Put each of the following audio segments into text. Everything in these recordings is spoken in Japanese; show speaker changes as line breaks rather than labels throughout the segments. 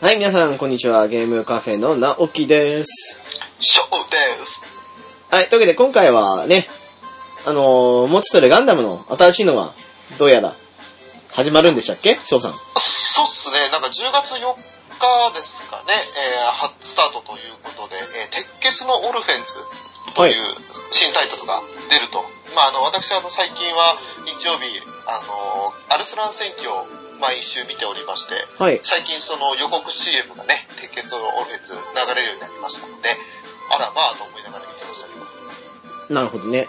はい、皆さん、こんにちは。ゲームカフェのなおきです。
ショーです。
はい、というわけで今回はね、あのー、持ちとるガンダムの新しいのが、どうやら、始まるんでしたっけ翔さん。
そうっすね、なんか10月4日ですかね、えーはスタートということで、えー鉄血のオルフェンズと
はい
いう新タイトルが出ると。まあ、あの、私、あの、最近は日曜日、あの、アルスラン選挙を毎週見ておりまして、
はい。
最近その予告 CM がね、鉄血のオルフェンズ流れるようになりましたので、あらまあと思いながら見てましたけど。
なるほどね。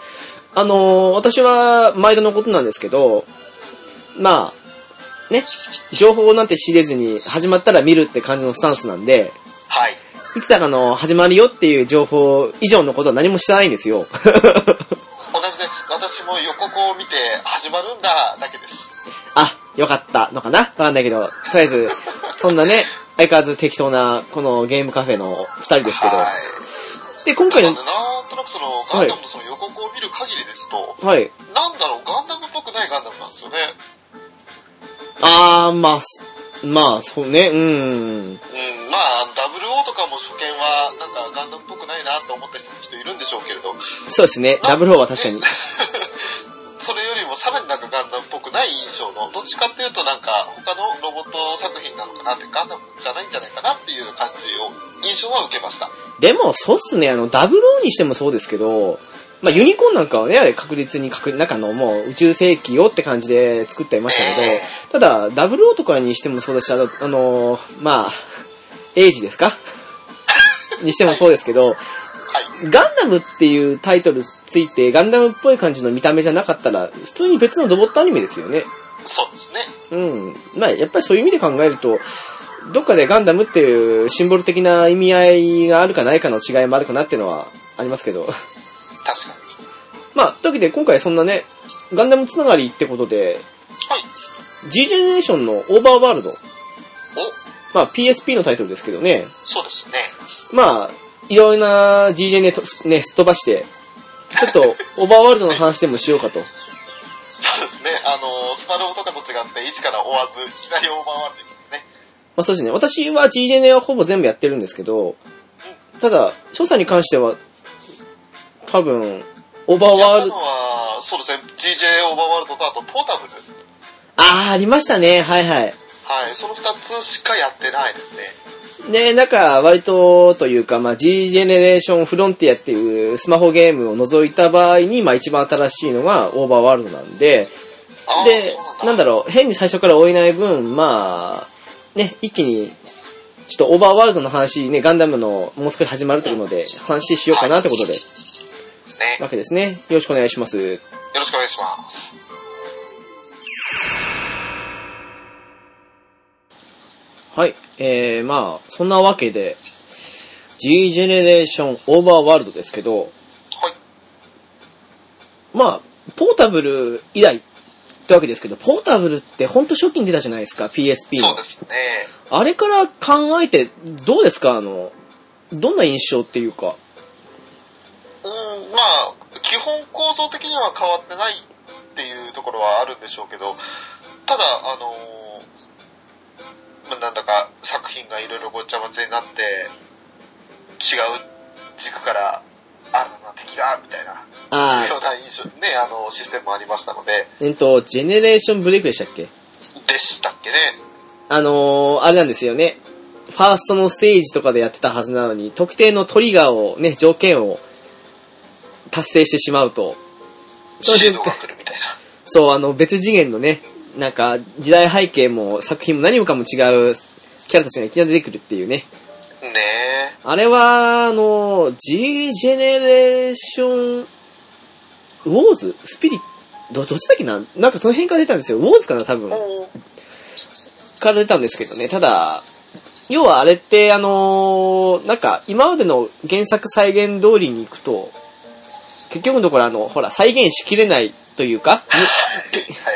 あのー、私は、毎度のことなんですけど、まあ、ね、情報なんて知れずに、始まったら見るって感じのスタンスなんで、
はい。
いつだかの、始まるよっていう情報以上のことは何もしてないんですよ。
同じです。私も予告を見て始まるんだだけです。
あ、よかったのかなわかんないけど、とりあえず、そんなね、相変わらず適当な、このゲームカフェの二人ですけど。
はい。
で、今
た
回
だね、
の、
なんとなくその、ガンダムのその予告を見る限りですと、
はい。
なんだろう、ガンダムっぽくないガンダムなんですよね。
あー、まあ、すまあ、そうね、うーん。
うん、まあ、00とかも初見は、なんかガンダムっぽくないなって思った人もきっといるんでしょうけれど、
そうですね、ダブルオーは確かに。
それよりもさらになんかガンダムっぽくない印象の、どっちかっていうとなんか他のロボット作品なのかなって、ガンダムじゃないんじゃないかなっていう感じを、印象は受けました。
でも、そうっすね、あの、ダブルオーにしてもそうですけど、まあ、ユニコーンなんかはね、確実に確、中のもう宇宙世紀をって感じで作っていましたけど、ただ、ダブルオーとかにしてもそうだし、あの、あのまあ、エイジですかにしてもそうですけど、
はい。
ガンダムっていうタイトルついて、ガンダムっぽい感じの見た目じゃなかったら、普通に別のロボットアニメですよね。
そうですね。
うん。まあ、やっぱりそういう意味で考えると、どっかでガンダムっていうシンボル的な意味合いがあるかないかの違いもあるかなっていうのはありますけど。
確かに。
まあ、というわけで今回そんなね、ガンダムつながりってことで、
はい。
G ジェネレーションのオーバーワールド、
お、
まあ PSP のタイトルですけどね、
そうですね。
まあ、いろいろな G ジェネと、ね、すっ飛ばして、ちょっとオーバーワールドの話でもしようかと。
そうですね。あの、スパローとかと違って、一から追わず、いきなりオーバーワールドですね。
まあそうですね。私は G ジェネはほぼ全部やってるんですけど、ただ、翔さんに関しては、多分、オーバー
や
ワ
っ
ー
た
ル
の
ド、
は、そうですね。GJ オーバーワールドと、あとポータブル。
あー、ありましたね。はいはい。
はい。その二つしかやってないですね。
ね、なんか、割と、というか、まあ、G ジェネレーションフロンティアっていうスマホゲームを除いた場合に、まあ、一番新しいのがオーバーワールドなんで、
ああ、
で
そ、う
なんだろう、変に最初から追えない分、まあ、ね、一気に、ちょっとオーバーワールドの話ね、ガンダムのもう少し始まるというので、話しようかなってことで、
ですね。よ
わけですね。よろしくお願いします。
ろしくお願いします。
はい。えー、まあ、そんなわけで、G ジェネレーションオーバーワールドですけど、
はい。
まあ、ポータブル以来ってわけですけど、ポータブルってほんと初期に出たじゃないですか、PSP
そう
の
で。すね。
あれから考えて、どうですかあの、どんな印象っていうか。
うん、まあ、基本構造的には変わってないっていうところはあるんでしょうけど、ただ、あのーまあ、なんだか作品がいろいろごっちゃまぜになって、違う軸から、新たな敵が、みたいな、
あー
ような印象、ね、あの、システムもありましたので、
えっと、ジェネレーションブレイクでしたっけ
でしたっけね。
あのー、あれなんですよね。ファーストのステージとかでやってたはずなのに、特定のトリガーをね、条件を達成してしまうと、そう
シードが来るみたいな。
そう、あの、別次元のね、なんか、時代背景も作品も何もかも違うキャラたちがいきなり出てくるっていうね。
ねえ。
あれは、あの、G ジェネレーション、ウォーズスピリット、ど、どっちだっけななんかその辺から出たんですよ。ウォーズかな多分。
おー
から出たんですけどね、ただ、要はあれって、あのーなんか、今までの原作再現通りに行くと、結局のところ、あの、ほら、再現しきれないというか、
は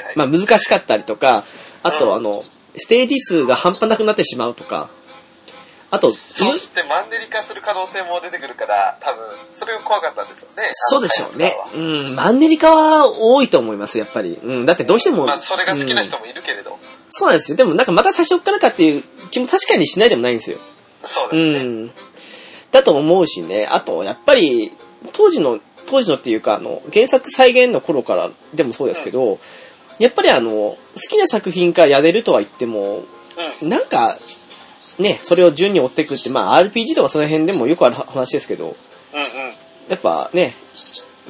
いはい。
まあ難しかったりとか、あ
う
と
ん
あの、ステージ数が半端なくなってしまうとか、あと、
そしてマンネリ化する可能性も出てくるから、多分、それが怖かったんでしょうね。
そうでしょうね
あの開発側は。
うん、マンネリ化は多いと思います、やっぱり。うん、だってどうしても。
まあ、それが好きな
うん
人もいるけれど。
そうなんですよ。でもなんかまた最初からかっていう気も確かにしないでもないんですよ。
そうだ
う
よね。
ん。だと思うしね、あと、やっぱり、当時の、当時のっていうか、あの、原作再現の頃からでもそうですけど、やっぱりあの、好きな作品からやれるとは言っても、
うん。
なんか、ね、それを順に追っていくって、まあ RPG とかその辺でもよくある話ですけど、
うんうん。
やっぱね、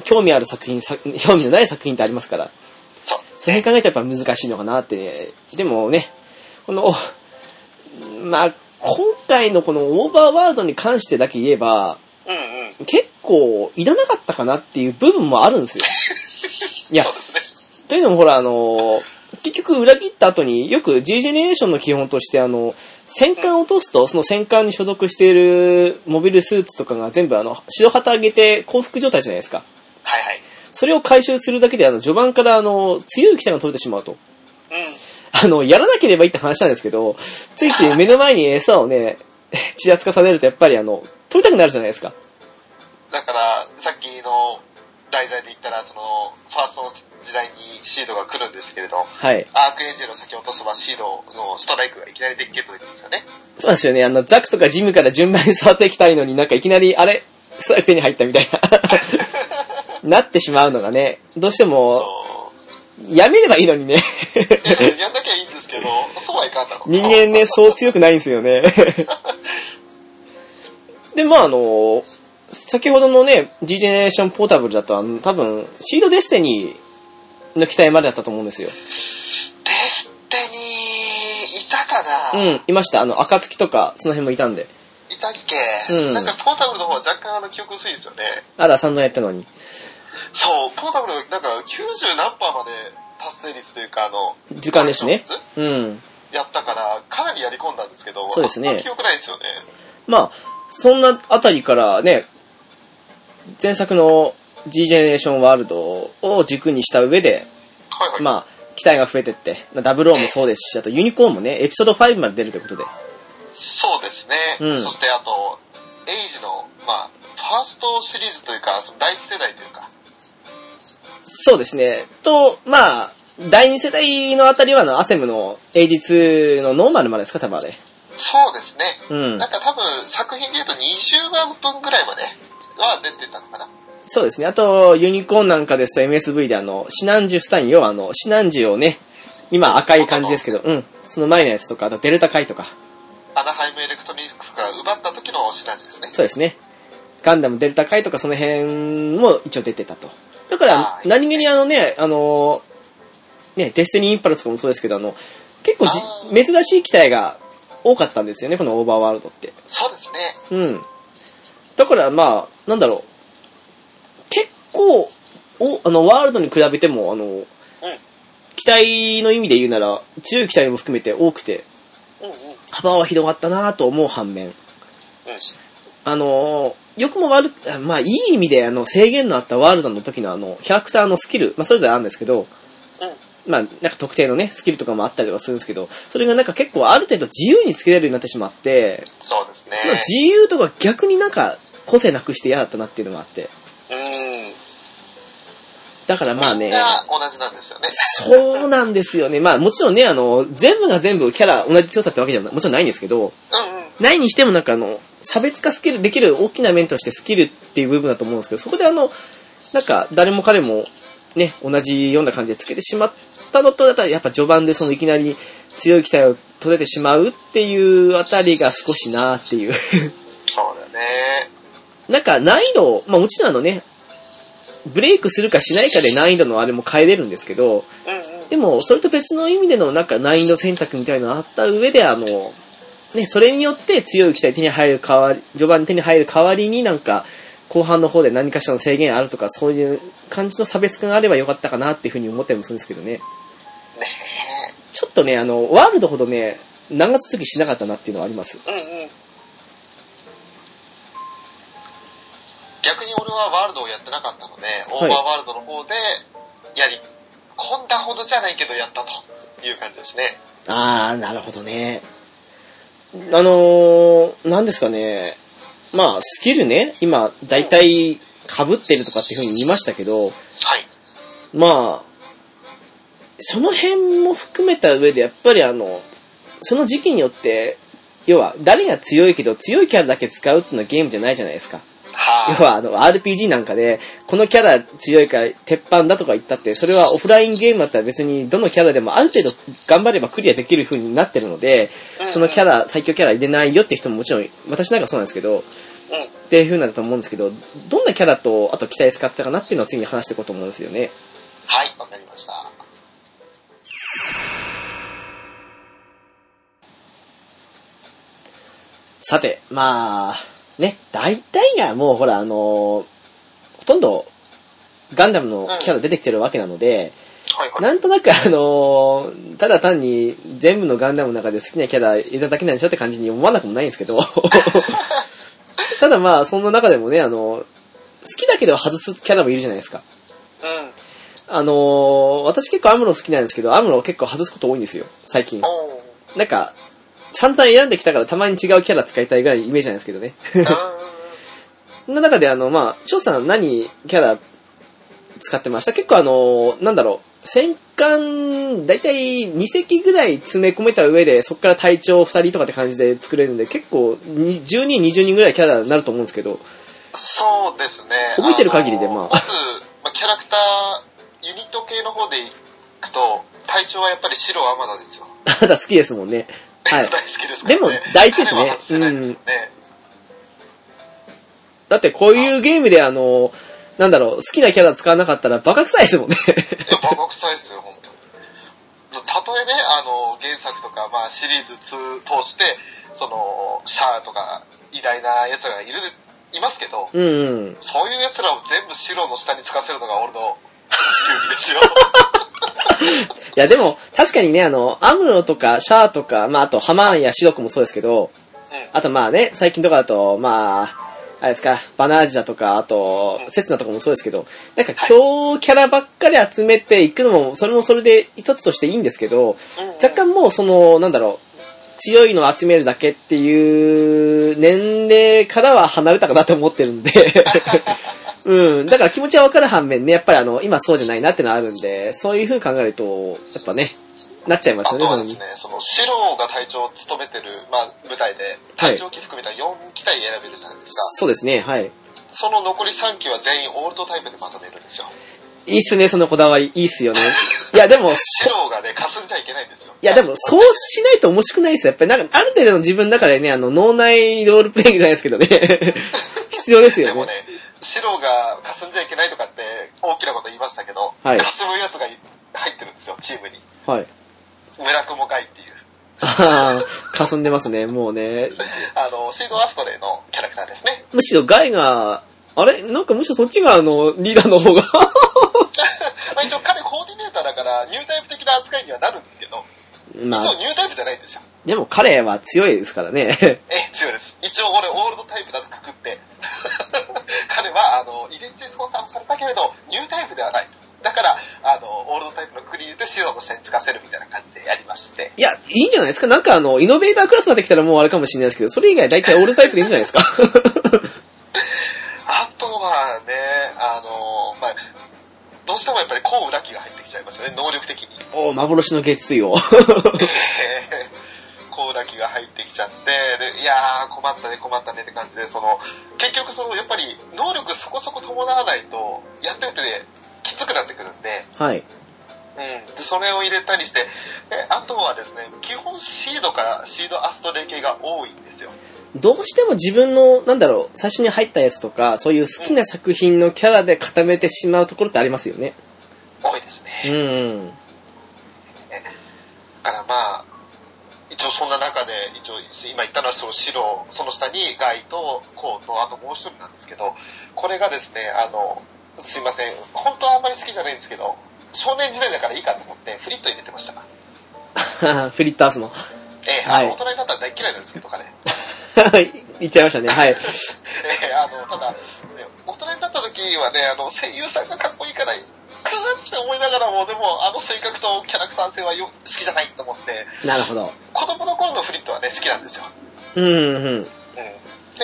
興味ある作品、さ興味のない作品ってありますから、
そう。
それ考えたらやっぱ難しいのかなって、でもね、この、まあ、今回のこのオーバーワールドに関してだけ言えば、
うんうん。
結構いらなかったかなっていう部分もあるんですよ。い や
そう、ですね。
というのもほら、あの、結局裏切った後によく G ジェネレーションの基本として、あの、戦艦を落とすと、その戦艦に所属しているモビルスーツとかが全部あの、白旗上げて降伏状態じゃないですか。
はいはい。
それを回収するだけで、あの、序盤からあの、強い機体が取れてしまうと。
うん。
あの、やらなければいいって話なんですけど、ついつい目の前に餌をね、 ちらつかされるとやっぱりあの、取りたくなるじゃないですか。
だから、さっきの題材で言ったら、その、ファーストの時代にシードが来るんですけれど、
はい。
アークエンジェルを先落とせばシードのストライクがいきなりでっけえと出てるんですよね。
そうなんですよね。あの、ザクとかジムから順番に育っていきたいのになんかいきなり、あれ、ストライク手に入ったみたいな、なってしまうのがね、どうしても、
そ
やめればいいのにね。
う。いややんなきゃいいんですけど、そうはいかんだろう。
人間ね、そう強くないんですよ ね。で、まああの、先ほどのね、G ジェネレーションポータブルだと、あの多分、シードデスティニーの機体までだったと思うんですよ。
デスティニー、いたか
う
な、い
ん、いました。あの、暁とか、その辺もいたんで。
たっけ、
うん
なんかポータブルの方は若干あの記憶薄いんですよね。
あら、散々やったのに。
そう、ポータブルなんか90何パーまで達成率というか、あの、
図鑑ですね。うん。
やったから、かなりやり込んだんですけど、
そうですね
あんま記憶ないですよね。
まあ、そんなあたりからね、前作の G ジェネレーションワールドを軸にした上で、
はいはい。
まあ、機体が増えてって、まあダブルオーもそうですし、あとユニコーンもね、エピソード5まで出るということで。
そうですね。
うん
そしてあと、エイジの、まあ、ファーストシリーズというか、その第一世代というか、
そうですね。と、まあ、第2世代のあたりは、あの、アセムの AG2 のノーマルまでですか、多分あれ。
そうですね。
うん
なん。か多分、作品で言うと20話分ぐらいまでは出てたのかな。
そうですね。あと、ユニコーンなんかですと MSV であの、シナンジュスタイン、要はあの、シナンジュをね、今赤い感じですけど、うん。その前のやつとか、あとデルタ回とか、
アナハイムエレクトロニクスが奪った時のシナジーですね。
そうですね。ガンダムデルタ回とかその辺も一応出てたと。だから
あ、ー
何気にあのね、あの、ね、デスティニーインパルスとかもそうですけど、あの、結構じ
あ、
珍しい機体が多かったんですよね、このオーバーワールドって。
そうですね。
うん。だからまあ、なんだろう。結構、お、あの、ワールドに比べても、あの、機体の意味で言うなら、強い機体も含めて多くて、
うん。うんうん。
幅は広がったなぁと思う反面、
うん。
あのー、よくも悪く、あまあ、いい意味で、あの、制限のあったワールドの時のあの、キャラクターのスキル、まあ、それぞれあるんですけど、
うん。
まあ、なんか特定のね、スキルとかもあったりはするんですけど、それがなんか結構ある程度自由につけれるようになってしまって、
そうですね。
その自由とか逆になんか個性なくして嫌だったなっていうのがあって。
うん。
だからまあね、
が同じなんですよね。
そうなんですよね。まあもちろんね、あの、全部が全部キャラ同じ強さってわけじゃなもちろんないんですけど、
うんうん。
ないにしてもなんかあの、差別化スキルできる大きな面としてスキルっていう部分だと思うんですけど、そこであの、なんか誰も彼もね、同じような感じでつけてしまったのと、だったらやっぱ序盤でそのいきなり強い機体を取れてしまうっていうあたりが少しなーっていう。
そうだよね。
なんか難易度を、まあもちろんあのね、ブレイクするかしないかで難易度のあれも変えれるんですけど、
うんうん。
でもそれと別の意味でのなんか難易度選択みたいなのあった上で、あの、ね、それによって強い機体手に入る代わり、序盤に手に入る代わりになんか、後半の方で何かしらの制限あるとか、そういう感じの差別化があればよかったかなっていうふうに思ったりもするんですけどね。
ね
ちょっとね、あの、ワールドほどね、長続きしなかったなっていうのはあります。
え。うんうん。逆に俺はワールドをやってなかったので、オーバーワールドの方で、やり込んだほどじゃないけどやったという感じですね。
あー、なるほどね。あのー、なんですかね。まあ、スキルね、今、だいたい被ってるとかっていう風に言いましたけど、
はい。
まあ、その辺も含めた上で、やっぱりあの、その時期によって、要は、誰が強いけど強いキャラだけ使うっていうのはゲームじゃないじゃないですか。
はい。
要は、あの、RPG なんかで、このキャラ強いから鉄板だとか言ったって、それはオフラインゲームだったら別にどのキャラでもある程度頑張ればクリアできる風になってるので、そのキャラ、最強キャラ入れないよって人ももちろん、私なんかそうなんですけど、
うん。
っていう風なんだと思うんですけど、どんなキャラと、あと機体使ってたかなっていうのを次に話していこうと思うんですよね。
はい、わかりました。
さて、まあ、ね、大体がもうほら、あのーほとんど、ガンダムのキャラ出てきてるわけなので、
はいはい。
なんとなくあのーただ単に全部のガンダムの中で好きなキャラ入れただけなんでしょって感じに思わなくもないんです けど、ただまあ、そんな中でもね、あの好きだけど外すキャラもいるじゃないですか。
うん。
あのー私結構アムロ好きなんですけど、アムロ結構外すこと多いんですよ、最近。
おー。
なんか、散々選んできたからたまに違うキャラ使いたいぐらいのイメージなんですけどね。
うーん。
そんな中であの、まあ、翔さん何キャラ使ってました結構あの、なんだろう、戦艦、だいたい2隻ぐらい詰め込めた上で、そっから隊長2人とかって感じで作れるんで、結構に10人、20人ぐらいキャラになると思うんですけど、
そうですね。
覚えてる限りで
の
まあ
まず、まあ、キャラクター、ユニット系の方でいくと、隊長はやっぱり白アマナですよ。
あなた好きですもんね。はい。
大好きですからね。
でも大事ですね
彼は外せないですよね。
だってこういうゲームであの、なんだろう、好きなキャラ使わなかったらバカ臭いですもんね。
いや、バカ臭いですよ、本当に。たとえね、あの、原作とか、まあ、シリーズ2通して、その、シャアとか、偉大な奴らがいる、いますけど、
うんうん。
そういう奴らを全部白の下につかせるのが俺の、 ですよ。
いやでも、確かにね、あの、アムロとかシャアとか、まああとハマーンやシドクもそうですけど、
うん。
あとまあね、最近とかだと、まあ、あれですか、バナージだとか、あと、セツナとかもそうですけど、なんか強キャラばっかり集めていくのも、それもそれで一つとしていいんですけど、若干もうその、なんだろう、強いのを集めるだけっていう年齢からは離れたかなと思ってるん で、うん、だから気持ちはわかる反面ね、やっぱりあの、今そうじゃないなってのはあるんで、そういう風に考えると、やっぱね、なっちゃいま
あ
すよね、
と
そ
は
の
ですね、その、シロが隊長を務めてる、まあ、舞台で、
はい
隊長機含めた4機体選べるじゃないですか。
そうですね、はい。
その残り3機は全員オールドタイプでまとめるんですよ。
いいっすね、そのこだわり。いいっすよね。いや、でも、
シロがね、霞んじゃいけないんですよ。
いや、でも、そうしないと面白くないですよ。やっぱり、なんか、ある程度の自分の中でね、あの、脳内ロールプレイングじゃないですけどね。 必要ですよ
でも
ね。
ね、白が霞んじゃいけないとかって大きなこと言いましたけど、
はい
霞むやつがい入ってるんですよ、チームに。
はい。
村雲会っていう。
ああ、かすんでますね、もうね。
あの、シードアストレイのキャラクターで すね。
むしろ、ガイが、あれなんかむしろそっちが、あの、リーダーの方が。
まあ一応彼コーディネーターだから、ニュータイプ的な扱いにはなるんですけど、
ま
一応
あ、
ニュータイプじゃないんですよ。
でも彼は強いですからね。
え、強いです。一応俺オールドタイプだとくくって。 彼は、あの、遺伝子操作されたけれど、ニュータイプではない。だから、あの、オールドタイプのクリーンで白の下につかせるみたいな感じでやりまして。
いや、いいんじゃないですかなんかあの、イノベータークラスまで来たらもうあれかもしれないですけど、それ以外大体オールタイプでいいんじゃないですか
あとはね、あの、まあ、どうしてもやっぱり高裏機が入ってきちゃいますよね、能力的に。
おー幻の月水を。
高裏機が入ってきちゃって、でいやー、困ったね、困ったねって感じで、その、結局その、やっぱり能力そこそこ伴わないと、やってて、きつくなってくるんで、
はい。
うん。で、それを入れたりして、えあとはですね、基本シードかシードアストレイ系が多いんですよ。
どうしても自分の、なんだろう、最初に入ったやつとか、そういう好きな作品のキャラで固めてしまうところってありますよね。
多いですね。
うん。
だからまあ、一応そんな中で、一応今言ったのはその白、その下にガイとコウと、あともう一人なんですけど、これがですね、あの、すいません、本当はあんまり好きじゃないんですけど、少年時代だからいいかと思って、フリット入れてました。
フリッタースの。
ええあの
はい
大人になったら大嫌いなんですけど、彼。え
言っちゃいましたね。はい。
えあの、ただ、ね大人になった時はね、あの、声優さんがかっこいいから、くーって思いながらも、でも、あの性格とキャラクター性はよ好きじゃないと思って、
なるほど。
子供の頃のフリットはね、好きなんですよ。
うん、うん。
うんで、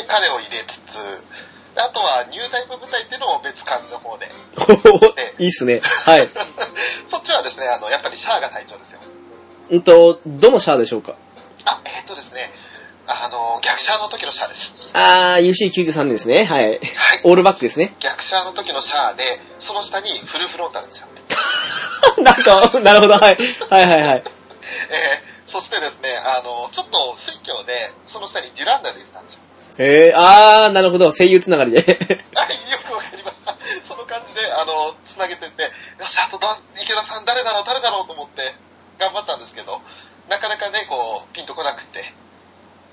彼を入れつつ、であとはニュータイプ部隊っていうのを別館の方で。
おーいいっすね。はい。
そっちはですね、あの、やっぱりシャアが隊長ですよ。
うんと、どのシャアでしょうか
あ、えーっ、とですね、あ逆車の時のシャアです。
あー、UC93 ですね。はい。
はい
オールバックですね。
逆車の時のシャアで、その下にフルフロンタルですよ。
なんか、 なるほど、はい。はいはいはい。
えー、そしてですね、あの、ちょっと水鏡で、その下にデュランダルいたん ですよ。
えー、あー、なるほど、声優つながりで。
はい、よくわかりました。その感じで、あの、つなげてって、よし、あとだ、池田さん誰だろう、誰だろうと思って、頑張ったんですけど、なかなかね、こう、ピンとこなくて、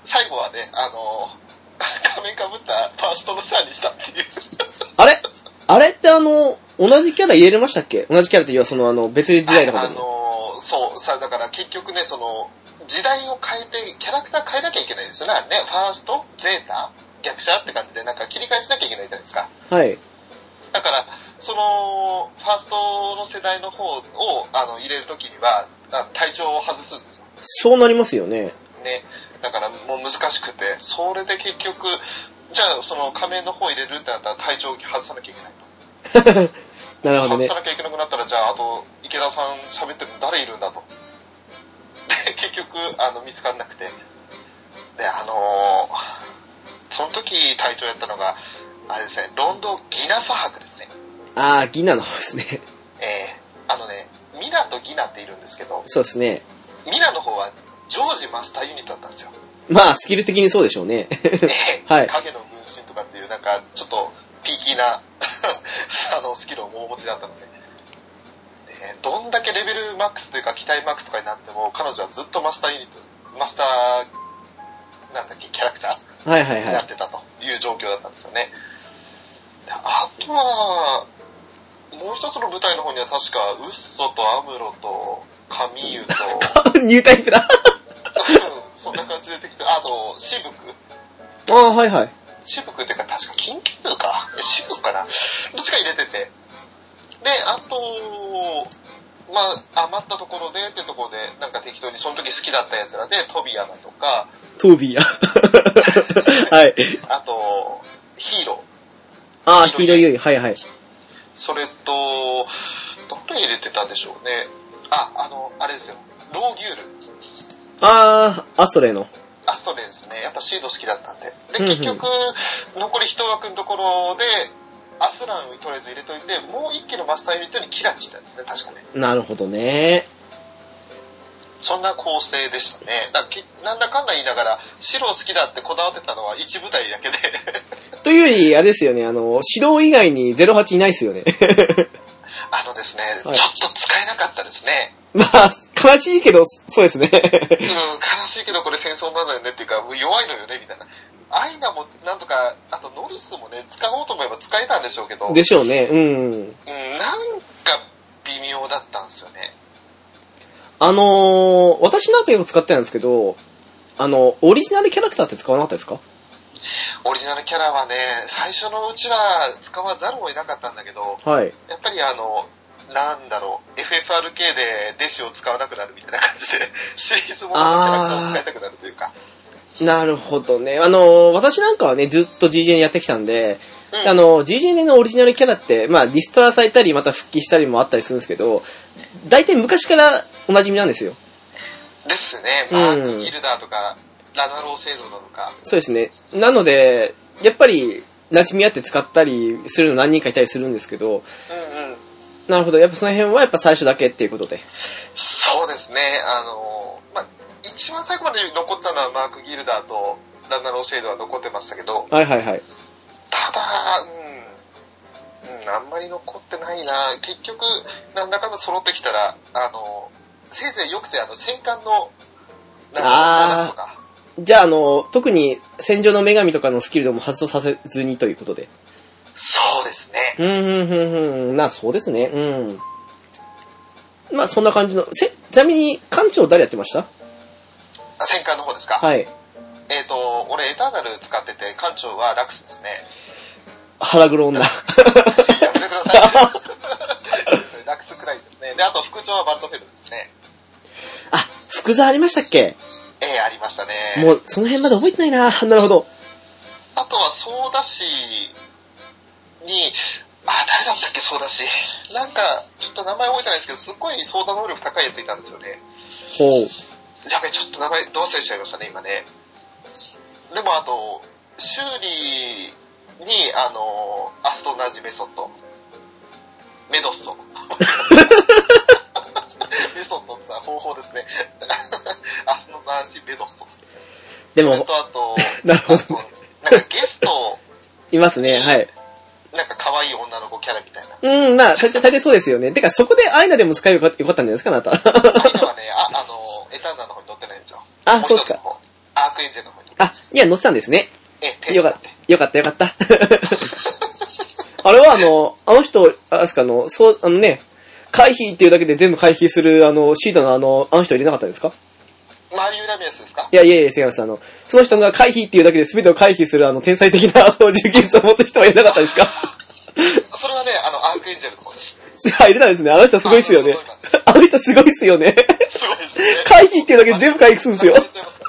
最後はね、あの、 仮面かぶったファーストのシャアにしたっていう。
あれあれってあの、同じキャラ入れれましたっけ同じキャラっていうのはそのあの、別時代とか
あ
でも。
の、そう、さ、だから結局ね、その、時代を変えて、キャラクター変えなきゃいけないんですよね、あれね。ファースト、ゼータ、逆者って感じで、なんか切り替えしなきゃいけないじゃないですか。
はい。
だから、その、ファーストの世代の方をあの入れるときには、あ体調を外すんですよ。
そうなりますよね。
ね。だからもう難しくて、それで結局、じゃあその仮面の方入れるってなったら体調を外さなきゃいけない。
なるほど
外
ね
さ。なきゃいけなくなったら、じゃああと池田さん喋ってるの誰いるんだと。で、結局、あの、見つかんなくて。で、あのーその時隊長やったのが、あれですね、ロンドンギナ砂博ですね。
あー、ギナの方ですね。
えー、あのね、ミナとギナっているんですけど、
そうですね。
ミナの方はジョージマスターユニットだったんですよ。
まあ、スキル的にそうでしょうね。
えー
はい
影の分身とかっていう、なんか、ちょっと、ピーキーな、 あの、スキルをお持ちだったので、えーどんだけレベルマックスというか、機体マックスとかになっても、彼女はずっとマスターユニット、マスター、なんだっけ、キャラクター
はいはいは
なっ
い。
てたという状況だったんですよね。であとは、もう一つの舞台の方には確か、ウッソとアムロと、カミーユと、
ニュータイプだ。
そんな感じで出てきて、あと、シブク。
あー、はいはい。
シブクっていうか確か緊急か。えシブクかな。どっちか入れてて。で、あと、まあ、余ったところでってところで、なんか適当にその時好きだったやつらで、トビアだとか、
トービーや。 はい。
あと、ヒーロー。
あー、ヒーローユイ。はいはい。
それと、どれ入れてたんでしょうね。あ、あの、あれですよ。ローギュール。
あー、アストレイの。
アストレイですね。やっぱシード好きだったんで。
うんうん
で、結局、残り一枠のところで、アスランをとりあえず入れといて、もう一機のマスターユニットにキラにしたんですね、確かね。
なるほどね。
そんな構成でしたね。だきなんだかんだ言いながら、白を好きだってこだわってたのは一部隊だけで、
というより、あれですよね、あの、指導以外に08いないですよね。
あのですね、
はい
ちょっと使えなかったですね。
まあ、悲しいけど、そうですね。
うん、悲しいけどこれ戦争なんだよねっていうか、もう弱いのよね、みたいな。アイナもなんとか、あとノルスもね、使おうと思えば使えたんでしょうけど、うん、
でしょうね、うん。
なんか微妙だったんですよね。
あのー、私なんかよく使ってたんですけど、あの、オリジナルキャラクターって使わなかったですか
オリジナルキャラはね、最初のうちは使わざるを得なかったんだけど、
はい。
やっぱりあの、なんだろう、FFRK で弟子を使わなくなるみたいな感じで、 シリーズもののキャラクターを使いたくなるというか。
なるほどね。あのー、私なんかはね、ずっと GGN やってきたんで、
うん
あの、GGN のオリジナルキャラって、まあ、リストラされたり、また復帰したりもあったりするんですけど、大体昔からお馴染みなんですよ。
ですね、
うん
マーク・ギルダーとか、ラナロー製造だとか、
そうですね。なので、やっぱり、馴染み合って使ったりするの何人かいたりするんですけど、
うんうん、
なるほど。やっぱその辺はやっぱ最初だけっていうことで。
そうですね、あの、まあ、一番最後まで残ったのはマーク・ギルダーとランナローシェードは残ってましたけど、
はいはいはい。
ただ、うん、うん、あんまり残ってないな。結局、なんだかんだ揃ってきたら、あの、せいぜい良くて、あの、戦艦の、なん
あー
か、そう出すとか。
じゃあ、あの、特に戦場の女神とかのスキルでも発動させずにということで。
そうですね。
うん、うん、うん、うん。な、そうですね。うん。まあ、そんな感じの。せ、ちなみに、艦長誰やってました
あ戦艦の方ですか。
はい。
えっ、と、俺、エターナル使ってて、艦長はラクスですね。
腹黒 女。
やめて ください。ラクスくらいですね。で、あと、副長はバッドフェルトですね。
あ、福沢ありましたっけ
ええありましたね。
もう、その辺まで覚えてないな。なるほど。
あとは、ソーダ市に、あ、誰だったっけ、ソーダ市。なんか、ちょっと名前覚えてないんですけど、すっごいソーダ能力高いやついたんですよね。
ほう。
やべ、ちょっと名前、どう忘れしちゃいましたね、今ね。でもあと、修理に、あの、アストナジメソッド。メドッソ。メソッドってさ、方法ですね。 アストナジメドッソ。
で
それ
も、
とあと、
なるほど
あとなんかゲスト、
いますね、はい。
なんか可愛い女の子キャラみたいな。
うん、まあ、大体大体そうですよね。てか、そこでアイナでも使えばよかったよかったんじゃないですか、あなた。
アイナはね、あ、あの、エターナの方に乗ってないんですよ。
あ
も一つ
そうっすか
の方。アークエンジェルの方に。
あ、いや、載せたんですね。
え、ペー
よ
ジ
か
だ
っ
って。
た、よかった、よかった。 あれはあの、あの人、あれすか、あの、そう、あのね、回避っていうだけで全部回避する、あの、シートのあの、あの人入れなかったんですか
マリウラミアスですか
いやいやいや、違います。あの、その人が回避っていうだけで全てを回避する、あの、天才的な、あの、純金術を持つ人はいれなかったんですか
それはね、あの、アークエンジェルの方です。
あ、入れたんですね。あの人すごいっすよね。あの人すごいっすよね。
すごいですね。
回避っていうだけで全部回避するんですよ
あ。言っちゃいますか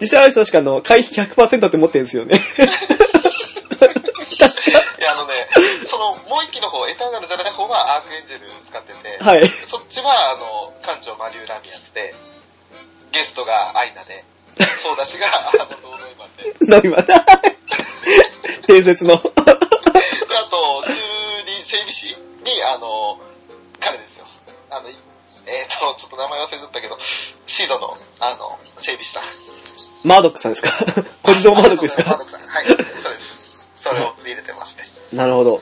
実際あの人確かあの、回避100%って持ってるんですよね。
いや、あのね、その、もう一機の方、エターナルじゃない方はアークエンジェル使ってて、
はい。
そっちは、あの、館長マリューラミアスで、ゲストがアイナで、そうだしが、あの、ノーノイマンで、
飲みます。伝説の。
であと、修理、整備士に、あの、彼ですよ。あの、いえっ、と、ちょっと名前忘れちゃったけど、シードの、あの、整備士さん。
マードックさんですか 小児童マードックです
マー
か
ドックさん。はい、そうです。それを取り入れてまして。
なるほど。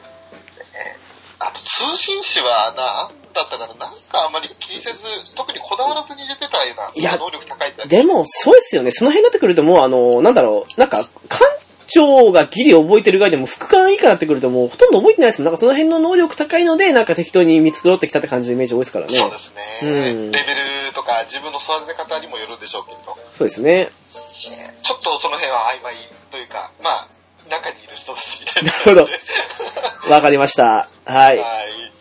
あと通信誌はなんだったかななんかあんまり気にせず、特にこだわらずに入れてたよう
いや
な、能力高いって
でも、そうですよね。その辺になってくるともう、あの、なんだろう、なんか、館長がギリ覚えてるぐらいでも、副官以下になってくるともう、ほとんど覚えてないですもん。なんかその辺の能力高いので、なんか適当に見繕ってきたって感じのイメージ多いですからね。
そうですね、
うん
レベルとか自分の育て方にもよるんでしょうけど、
そうですね。
ちょっとその辺は曖昧というか、まあ、中にいる人だしみたいな
なる
感じ
ほ
で。
わかりました。はい。
はい。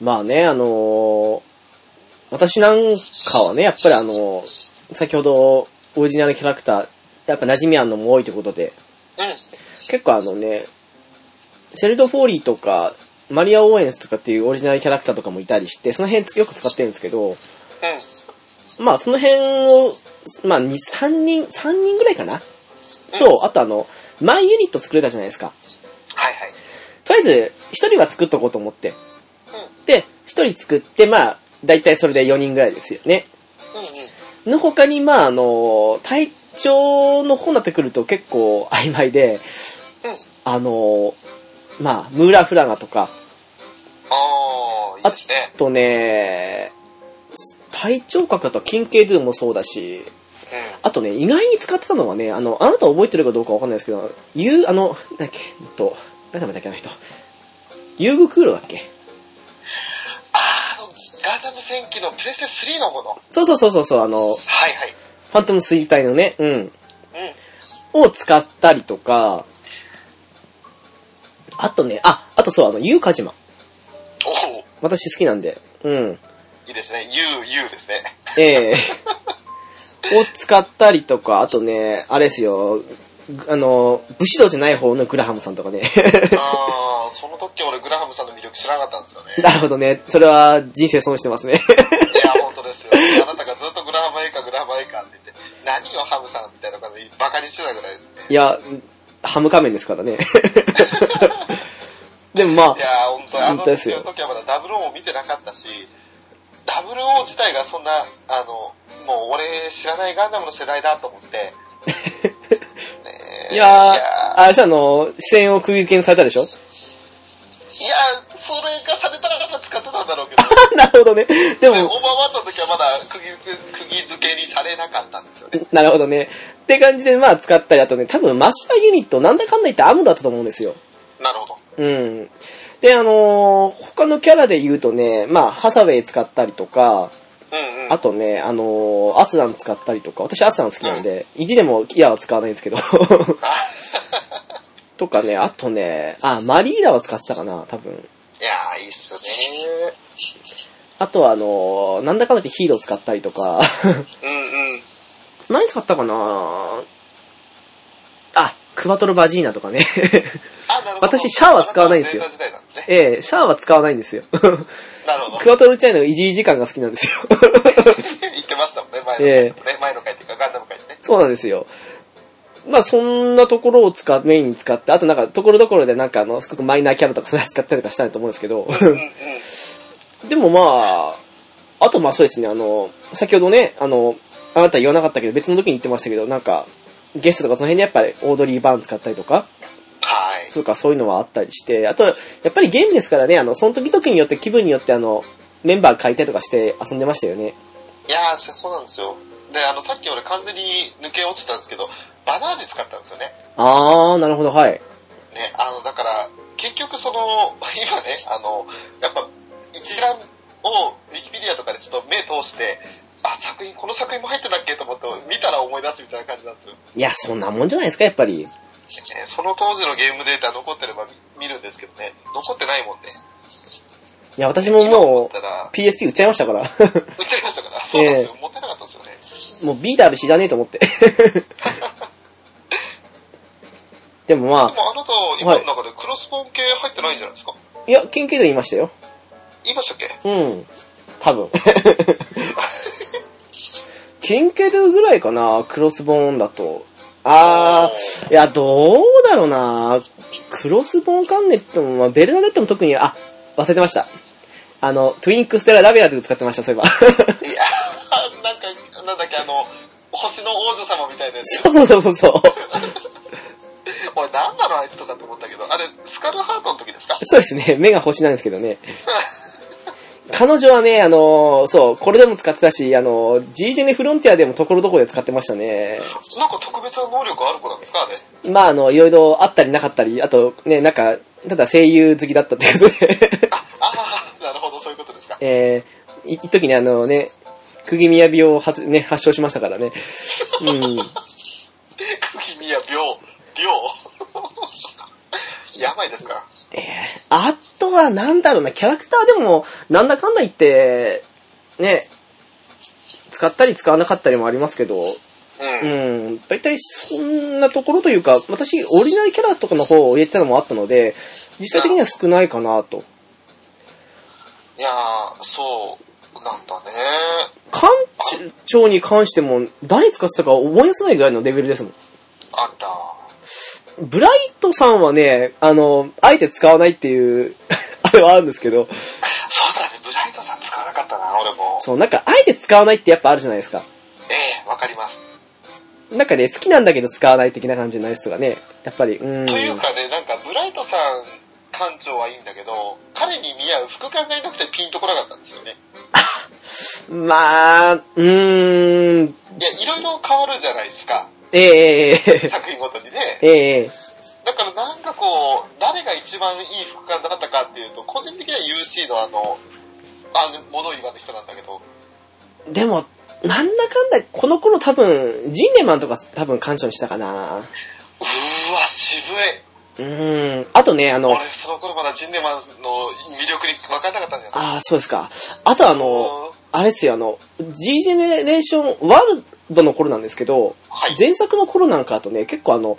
まあね、あのー私なんかはね、やっぱりあのー先ほど、オリジナルキャラクター、やっぱ馴染みあるのも多いということで、
う
結構あのね、シェルド・フォーリーとか、マリア・オーエンスとかっていうオリジナルキャラクターとかもいたりして、その辺よく使ってるんですけど、
ん。うん。
まあその辺を、まあ2、3人、3人ぐらいかなと、あとあの、マイユニット作れたじゃないですか。
はいはい。
とりあえず、1人は作っとこうと思って。
う
で、1人作って、まあ、だいたいそれで4人ぐらいですよね。
ん。うんうん。
の他に、まあ、あの、体調の方になってくると結構曖昧で、
うん。
あの、まあ、ムーラ・フラガとか、
あー、いいですね
あ。とね、体調角だと金系ドゥもそうだし、
うん。
あとね、意外に使ってたのはね、あの、あなた覚えてるかどうかわかんないですけど、ゆう、あの、なんだっけ、えっと、なんだっけ、あの人。遊具空路だっけ
あー、あの、ガンダム戦記のプレステ3の方の。
そうそうそうそうそう、あの、フ
はいはい。
ァントム水体のね、うん。
うん。
を使ったりとか、あとね、あ、あとそう、あの、ゆうかじま。
おー、
私好きなんで、うん。
いいですね。ゆう、ゆうですね。
ええを使ったりとか、あとね、あれですよ、ぐあの、武士道じゃない方のグラハムさんとかね。
あー、その時俺グラハムさんの魅力知らなかったんですよね。
なるほどね。それは人生損してますね。
いや、本当ですよ。あなたがずっとグラハムエイカ、グラハムエイカって言って、何よハムさんみたいな感じでバカにしてたぐらいですね。
いや、ハム仮面ですからね。 でもまあ
い、や、本当にあの
本当です
時
よ
の時はまだダブルオーも見てなかったし、ダブルオー自体がそんな、あの、もう俺知らないガンダムの世代だ と思って。ねえ
いやー
いや、
あれじゃあの、視線を釘付けにされたでしょ
いやそれがされたから使ってたん だろうけど、ね
なるほどね。で
オーバー
も、
ワンの時はまだ釘付釘付けにされなかったんですよ ね。
なるほどね。って感じでまあ使ったり、あとね、多分マスターユニットなんだかんだ言ってアムロだったと思うんですよ。
なるほど。
うん。で、あのー他のキャラで言うとね、まあ、ハサウェイ使ったりとか、
うんうん。
あとね、あのーアスラン使ったりとか、私アスラン好きなんで、意地でもキラは使わないんですけど。 とかね、あとね、あ、マリーダは使ってたかな、多分。
いやー、いいっすね
あとは、あのーなんだかんだでヒーロー使ったりとか、
うんうん。
何使ったかなあ、クバトロバジーナとかね。
あなるほど
私シャアは使わないんですよ
あたはゼータ時代なんですね。
ええ、シャアは使わないんですよ。
なるほど。
クワトロチャイの維持時間が好きなんですよ。
言ってましたもんね、前の回でもね。前の回っていうか、ガンダム回でね。
そうなんですよ。まあそんなところを使っ、メインに使って、あとなんかところどころでなんかあの、すごくマイナーキャラとかそれ使ったりとかしたいと思うんですけ ど、
うんうん。
でもまあ、あとまあそうですね、あの、先ほどね、あの、あなた言わなかったけど別の時に言ってましたけど、なんか、ゲストとかその辺でやっぱりオードリー・バーン使ったりとか、
はい。
そうか、そういうのはあったりして、あと、やっぱりゲームですからね、あの、その時々によって気分によってあの、メンバー変えたりとかして遊んでましたよね。
いやー、そうなんですよ。で、あの、さっき俺完全に抜け落ちたんですけど、バナージ使ったんですよね。
あー、なるほど、はい。
ね、あの、だから、結局その、 今ね、あの、やっぱ、一覧を、ウィキペディアとかでちょっと目通して、あ、作品、この作品も入ってたっけと思って、見たら思い出すみたいな感じなんですよ。
いや、そんなもんじゃないですか、やっぱり。
ねその当時のゲームデータ残ってれば見見るんですけどね、残ってないもんで、ね。
いや、私も
今思
も
ったら
う、、PSP 売っちゃいましたから。
売っちゃいましたから、そうなんですよ。もったいなかったですよね。
もうビーダル知らねえと思って。 でも
で
ま
もあなた、今の中でクロスボーン系入ってないんじゃないですか、
あ、いや、研究で言いましたよ。
言いましたっけ
うん。多分。 近畿道ぐらいかな、クロスボーンだと。あー、いや、どうだろうな。クロスボーンカンネットも、まあ、ベルナデットも特に、あ、忘れてました。あの、トゥインクステララベラと使ってました、そういえば。
いやー、なんか、なんだっけ、あの、星の王女様みたいなや つ。
そうそうそうそう。
俺、なんなのあいつとかって思ったけど、あれ、スカルハートの時ですか
そうですね、 目が星なんですけどね。彼女はね、あの、そう、これでも使ってたし、あの、GGN フロンティアでもところどころで使ってましたね。
なんか特別な能力ある子なんですかあれ。
まあ、あの、いろいろあったりなかったり、あとね、なんか、ただ声優好きだったってことで、
あ、あー、なるほど、そういうことですか。
えー、い一時にあのね、釘宮病を発,、ね、発症しましたからね。うん。
君は病、 病。やばいですか
あとは、なんだろうな、キャラクターでも、なんだかんだ言って、ね、使ったり使わなかったりもありますけど、
うん。
う
うん
ん、大体そんなところというか、私、オリジナルキャラとかの方を入れてたのもあったので、実際的には少ないかなと。
いやー、そう、なんだね。
館長に関しても、誰使ってたか思い出せないぐらいのレベルですもん。
あら。
ブライトさんはね、あの、あえて使わないっていう、 あれはあるんですけど、
そうだね、ブライトさん使わなかったな、俺も。
そう、なんか、あえて使わないってやっぱあるじゃないですか。
ええわかります。
なんかね、好きなんだけど使わない的な感じのやつとかね、やっぱり、うーん。
というかね、なんか、ブライトさん館長はいいんだけど、彼に見合う副官がいなくてピンとこなかったんですよね。
まあ、うーん、
いや、いろいろ変わるじゃないですか、
ええええ
作品ごとにね。
ええ
だからなんかこう、誰が一番いい副官だったかっていうと、個人的には UC のあの、あの、物言わぬ人なんだけど、
でも、なんだかんだ、この頃多分、ジンレマンとか多分感謝したかな。
うーわ、渋い。
うーん。あとね、あの
俺、、その頃まだジンネマンの魅力に分かんなかったんじゃない
ああ、そうですか。あとあの、あれですよ、あの、G ジェネレーションワールドの頃なんですけど、
はい。
前作の頃なんかあとね、結構あの、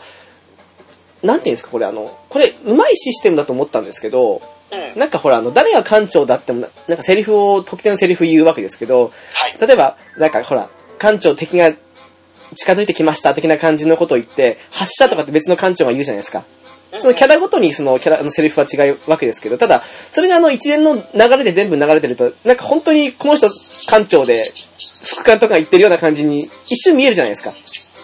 なんていうんですか、これあの、これ、うまいシステムだと思ったんですけど、
うん。はい。
なんかほら、あの、誰が館長だってもな、なんかセリフを、特定のセリフ言うわけですけど、例えば、なんかほら、艦長敵が近づいてきました的な感じのことを言って、発射とかって別の艦長が言うじゃないですか。そのキャラごとにそのキャラのセリフは違うわけですけど、ただ、それがあの一連の流れで全部流れてると、なんか本当にこの人艦長で、副官とか言ってるような感じに一瞬見えるじゃないですか。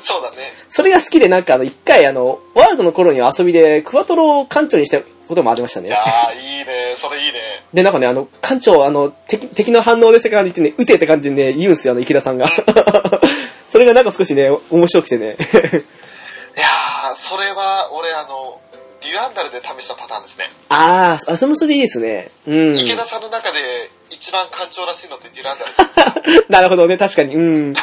そうだね。
それが好きでなんかあの一回あの、ワールドの頃に遊びでクワトロを艦長にしたこともありました
い
ね
や。ー、いいね。それいいね。
で、なんかね、あの、艦長、あの、敵、敵の反応ですって感じでね、撃てって感じでね、言うんすよ、あの、池田さんが。 それがなんか少しね、面白くてね。
いやー、それは、俺あの、デュアンダルで試したパターンですね。
あー、あ、それもそれでいいですね。うん。
池田さんの中で一番感情らしいのってデュランダルです。
なるほどね、確かに。うん。
同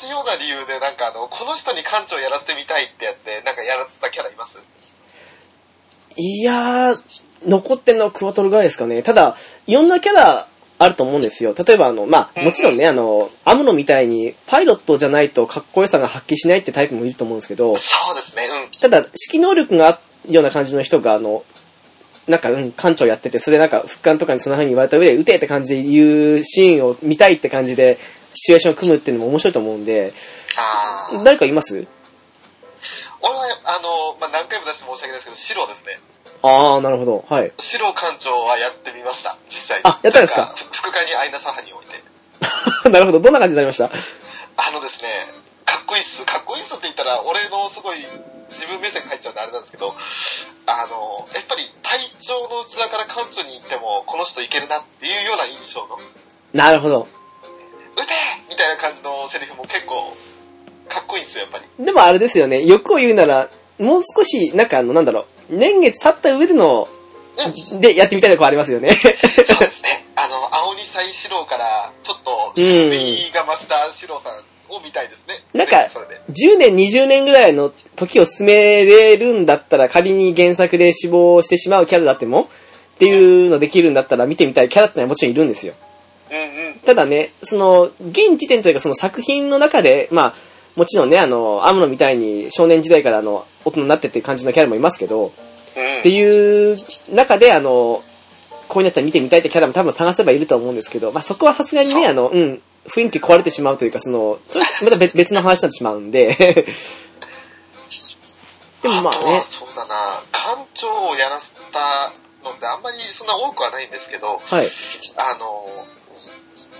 じような理由で、なんかあの、この人に館長やらせてみたいってやって、なんかやらせたキャラいます
いやー、残ってんのはクワトルぐらいですかね。ただ、いろんなキャラ、あると思うんですよ。例えば、あの、まあ、もちろんね、あの、アムロみたいに、パイロットじゃないとかっこよさが発揮しないってタイプもいると思うんですけど、
そうですね、うん。
ただ、指揮能力があるような感じの人が、あの、なんか、うん、館長やってて、それなんか、俯瞰とかにそんな風に言われた上で、撃てって感じで言うシーンを見たいって感じで、シチュエーションを組むっていうのも面白いと思うんで、
あー
誰かいます
俺は、あの、まあ、何回も出して申し訳ないですけど、白ですね。
ああ、なるほど。はい。
白館長はやってみました、実際に。
あやったんですか
なんふ副会にアイナサハに置いて。
なるほど。どんな感じになりました
あのですね、かっこいいっす、かっこいいっすって言ったら、俺のすごい自分目線が入っちゃうんであれなんですけど、あの、やっぱり隊長の器から艦長に行っても、この人いけるなっていうような印象の、撃
なるほど。
てみたいな感じのセリフも結構、かっこいいんですよ、やっぱり。
でもあれですよね、欲を言うなら、もう少し、なんかあの、なんだろう、年月経った上での、
うん、
で、やってみたいとこありますよね。
そうですね。あの、青二才四郎から、ちょっと、渋みが増した四郎さんを見たいですね。
なんか
ぜひそれで。
10年、20年ぐらいの時を進めれるんだったら、仮に原作で死亡してしまうキャラだっても、っていうのできるんだったら見てみたいキャラってのはもちろんいるんですよ。
うんうん。
ただね、その、現時点というかその作品の中で、まあ、もちろんね、あの、アムロみたいに少年時代からあの、大人になってっていう感じのキャラもいますけど、
うん
っていう中で、あの、こういうのやったら見てみたいってキャラも多分探せばいると思うんですけど、まあ、そこはさすがにね、
そう
あの、うん、雰囲気壊れてしまうというか、その、それはまた別別の話になってしまうんで、 でもまあ
とは
ね、
そうだな、艦長をやらせたのってあんまりそんな多くはないんですけど、
はい。
あの、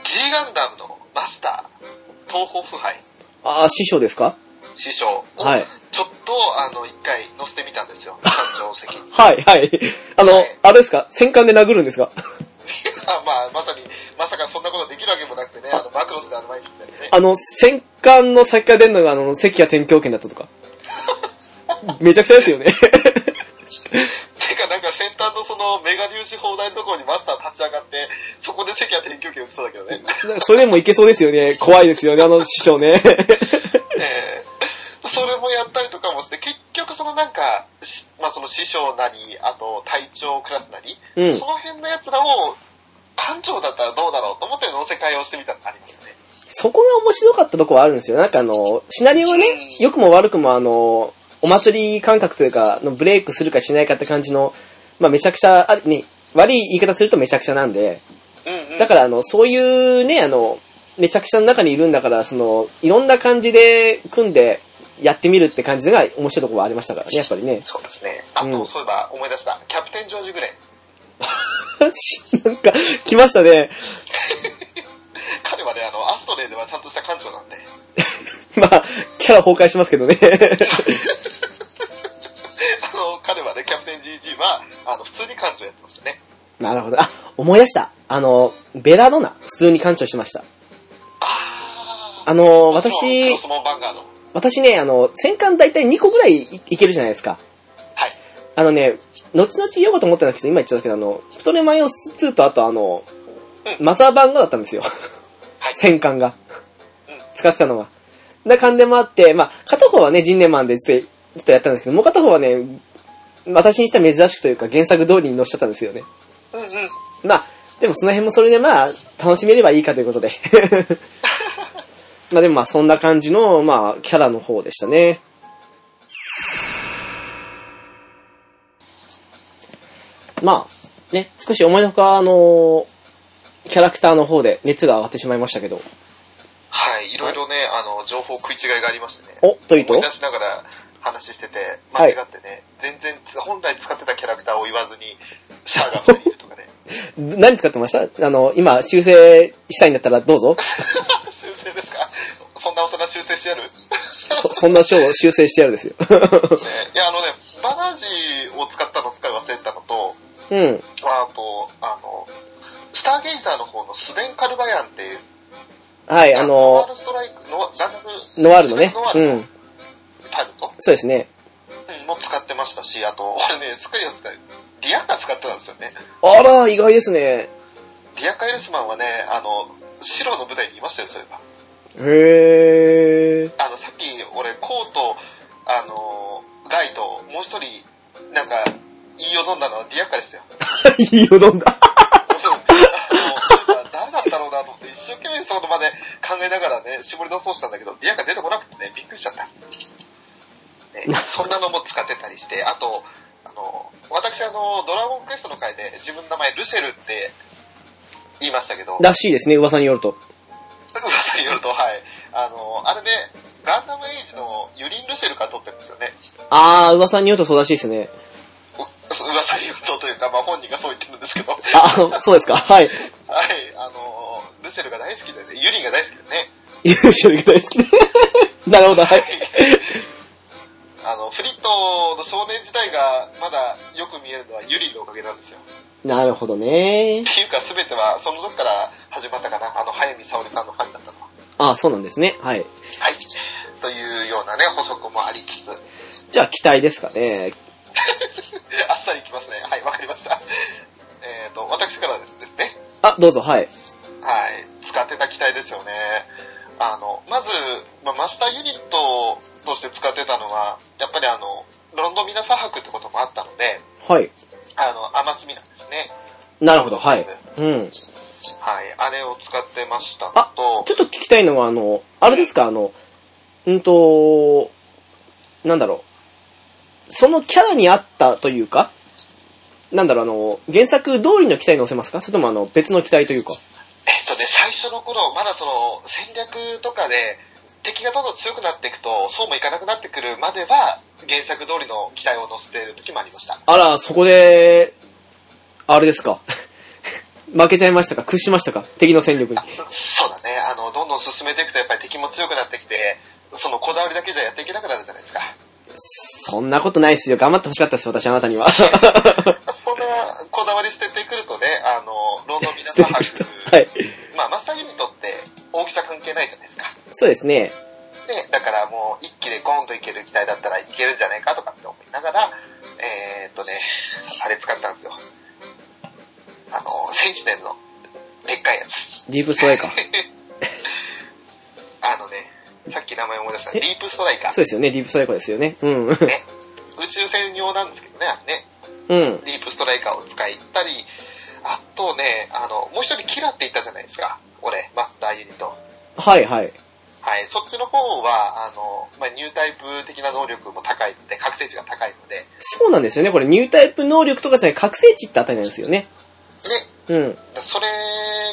G ガンダムのマスター、東方腐敗、
ああ、師匠ですか
師匠を、
はい。
ちょっと、あの、一回乗せてみたんですよ、艦長席 に。
はい、はい。あの、
はい
あれですか戦艦で殴るんですか
まあ、まさに、まさかそんなことできるわけもなくてね、あの、マクロスであの、毎日みたいにね。
あの、戦艦の先から出るのが、あの、関谷天狂剣だったと か。めちゃくちゃですよね。
てか、なんか先端のその、メガ粒子砲台のところにマスター立ち上がって、そこで関谷天球機打ちそうだけどね。
それでもいけそうですよね。怖いですよね、あの師匠ね。
ええ それもやったりとかもして、結局そのなんか、しまあその師匠なり、あと隊長クラスなり、
うん
その辺の奴らを、艦長だったらどうだろうと思って乗せ替えをしてみたのがありますね。
そこが面白かったとこはあるんですよ。なんかあの、シナリオはね、良くも悪くもあの、お祭り感覚というか、のブレイクするかしないかって感じの、まあめちゃくちゃ、あね、悪い言い方するとめちゃくちゃなんで、
うん、
だからあの、そういうね、あの、めちゃくちゃの中にいるんだから、その、いろんな感じで組んでやってみるって感じが面白いところはありましたからね、やっぱりね。
そうですね。あと、
うん
そういえば思い出した。キャプテンジョージ・グレン。
なんか、来ましたね。
彼はね、あの、アストレイではちゃんとした艦長なんで。
まあ、キャラ崩壊しますけど ね。
あの、彼はね、キャプテン GG は、あの、普通に艦長やってましたね。
なるほど。あ、思い出した。あの、ベラドナ、普通に艦長してました。
あー。
あの、
ク
私
ロ、スモン・バンガード。
私ね、あの、戦艦大体2個ぐらいいいけるじゃないですか。
はい。
あのね、後々言おうかと思ってたんですけど、今言っちゃったけど、あの、プトレマイオス2とあとあの、
う
マザーバンガだったんですよ。
はい
戦艦が
うん。
使ってたのは。な感じもあって、まあ、片方はね、ジンネマンでちょっとちょっとやったんですけど、もう片方はね、私にしては珍しくというか原作通りに乗っちゃったんですよね。
うんうん。
まあ、でもその辺もそれでまあ、楽しめればいいかという ことで。まあでもまあ、そんな感じの、まあ、キャラの方でしたね。まあ、ね、少し思いのほか、あの、キャラクターの方で熱が上がってしまいましたけど。
はい、いろいろね、あの、情報食い違いがありましてね。
お、という
思い
と
出しながら話してて、間
はい
違ってね、全然つ、本来使ってたキャラクターを言わずに、シャアが2人いるとかね。
何使ってましたあの、今、修正したいんだったらどうぞ。
修正ですかそんな大人修正してやるね
そ、そんな章を修正してやるですよ。
いや、あのね、バナージを使ったの使い忘れたのと、
うん。
あと、あの、スターゲイザーの方のスベン・カルバヤンっていう、
はい、あ
ノワー
の、
ルストライク、ノワガンダム
ノワールのね
ノワ。ー
う
ル
ん。
パイロット
そうですね。
うんも使ってましたし、あと、俺ね、スクリオスで、ディアンナ使ってたんですよね。
あら、意外ですね。
ディアカ・エルスマンはね、あの、白の舞台にいましたよ、そういえば。
へ ー。
あの、さっき俺、コウと、あの、ガイと、もう一人、なんか、言いよどんだのはディアカですよ。
いいよ、どんだ。
あの、そういえば生懸命そこまで考えながらね、絞り出そうとしたんだけど、ディアが出てこなくてね、びっくりしちゃった。ね
なるほど
そんなのも使ってたりして、あと、あの、私あの、ドラゴンクエストの回で自分の名前ルシェルって言いましたけど、
らしいですね、噂によると。
噂によると、はい。あの、あれね、ガンダムエイジのユリン・ルシェルから撮ってるんですよね。
あー、噂によるとそうらしいですね。
う噂によるとというか、まあ本人がそう言ってるんですけど、はい。
あ、そう ですか。はい。
あの、ルシェルが大好きでね、ユリンが大好きでね、
優勝が大好きで。 なるほど、はい。
あの、フリットの少年時代がまだよく見えるのはユリンのおかげなんですよ。
なるほどね。
っていうか全てはその時から始まったかな、あの、早見沙織さんのファンだったのは。
あー、そうなんですね。はい。
はい。というようなね、補足もありつつ、
じゃあ、期待ですかね。
あっさりいきますね。はい、わかりました。 えっ、と、私からですね。
あ、どうぞ、はい。
はい、使ってた機体ですよね。あの、まず、まあ、マスターユニットとして使ってたのは、やっぱりあの、ロンドミナ砂漠ってこともあったので、
はい。
あの、雨積みなんですね。
なるほど、はい。うん。ち
はい、あれを使ってましたの
あ
と、
ょっと聞きたいのは、あの、あれですか、あの、うんと、なんだろう。そのキャラに合ったというか、なんだろう、あの、原作通りの機体乗せますかそれとも、あの、別の機体というか。
えっとね、最初の頃、まだその、戦略とかで、敵がどんどん強くなっていくと、そうもいかなくなってくるまでは、原作通りの機体を乗せている時もありました。
あら、そこで、あれですか。 負けちゃいましたか屈しましたか敵の戦力に。
そうだね、あの、どんどん進めていくと、やっぱり敵も強くなってきて、そのこだわりだけじゃやっていけなくなるじゃないで すか。
そんなことないですよ。頑張ってほしかったです、私、あなたには。
そんなこだわり捨ててくるとね、あの、ロンドンミナ
失
サ
礼し
ハ
ま
ル
した。はい。
まあ、マスターユニットって大きさ関係ないじゃないですか。
そうですね。
で、だからもう一気でゴーンといける機体だったらいけるんじゃないかとかって思いながら、えー、っとね、あれ使ったんですよ。あの、センチネルのでっかいやつ。
ディープストライカー。
あのね、さっき名前思い出した、ディープストライカ
そうで
ー。
すよね、ディープストライカーですよね。うん。
ね、宇宙船用なんですけどね、あれね。
うん。
ディープストライカーを使いたり、あとね、あの、もう一人キラって言ったじゃないですか。俺、マスターユニット。
はいはい。
はい、そっちの方は、あの、まあ、ニュータイプ的な能力も高いので、覚醒値が高いので、ね、
そうなんですよね。これ、ニュータイプ能力とかじゃない、覚醒値ってあたりなんですよね。うん。
それ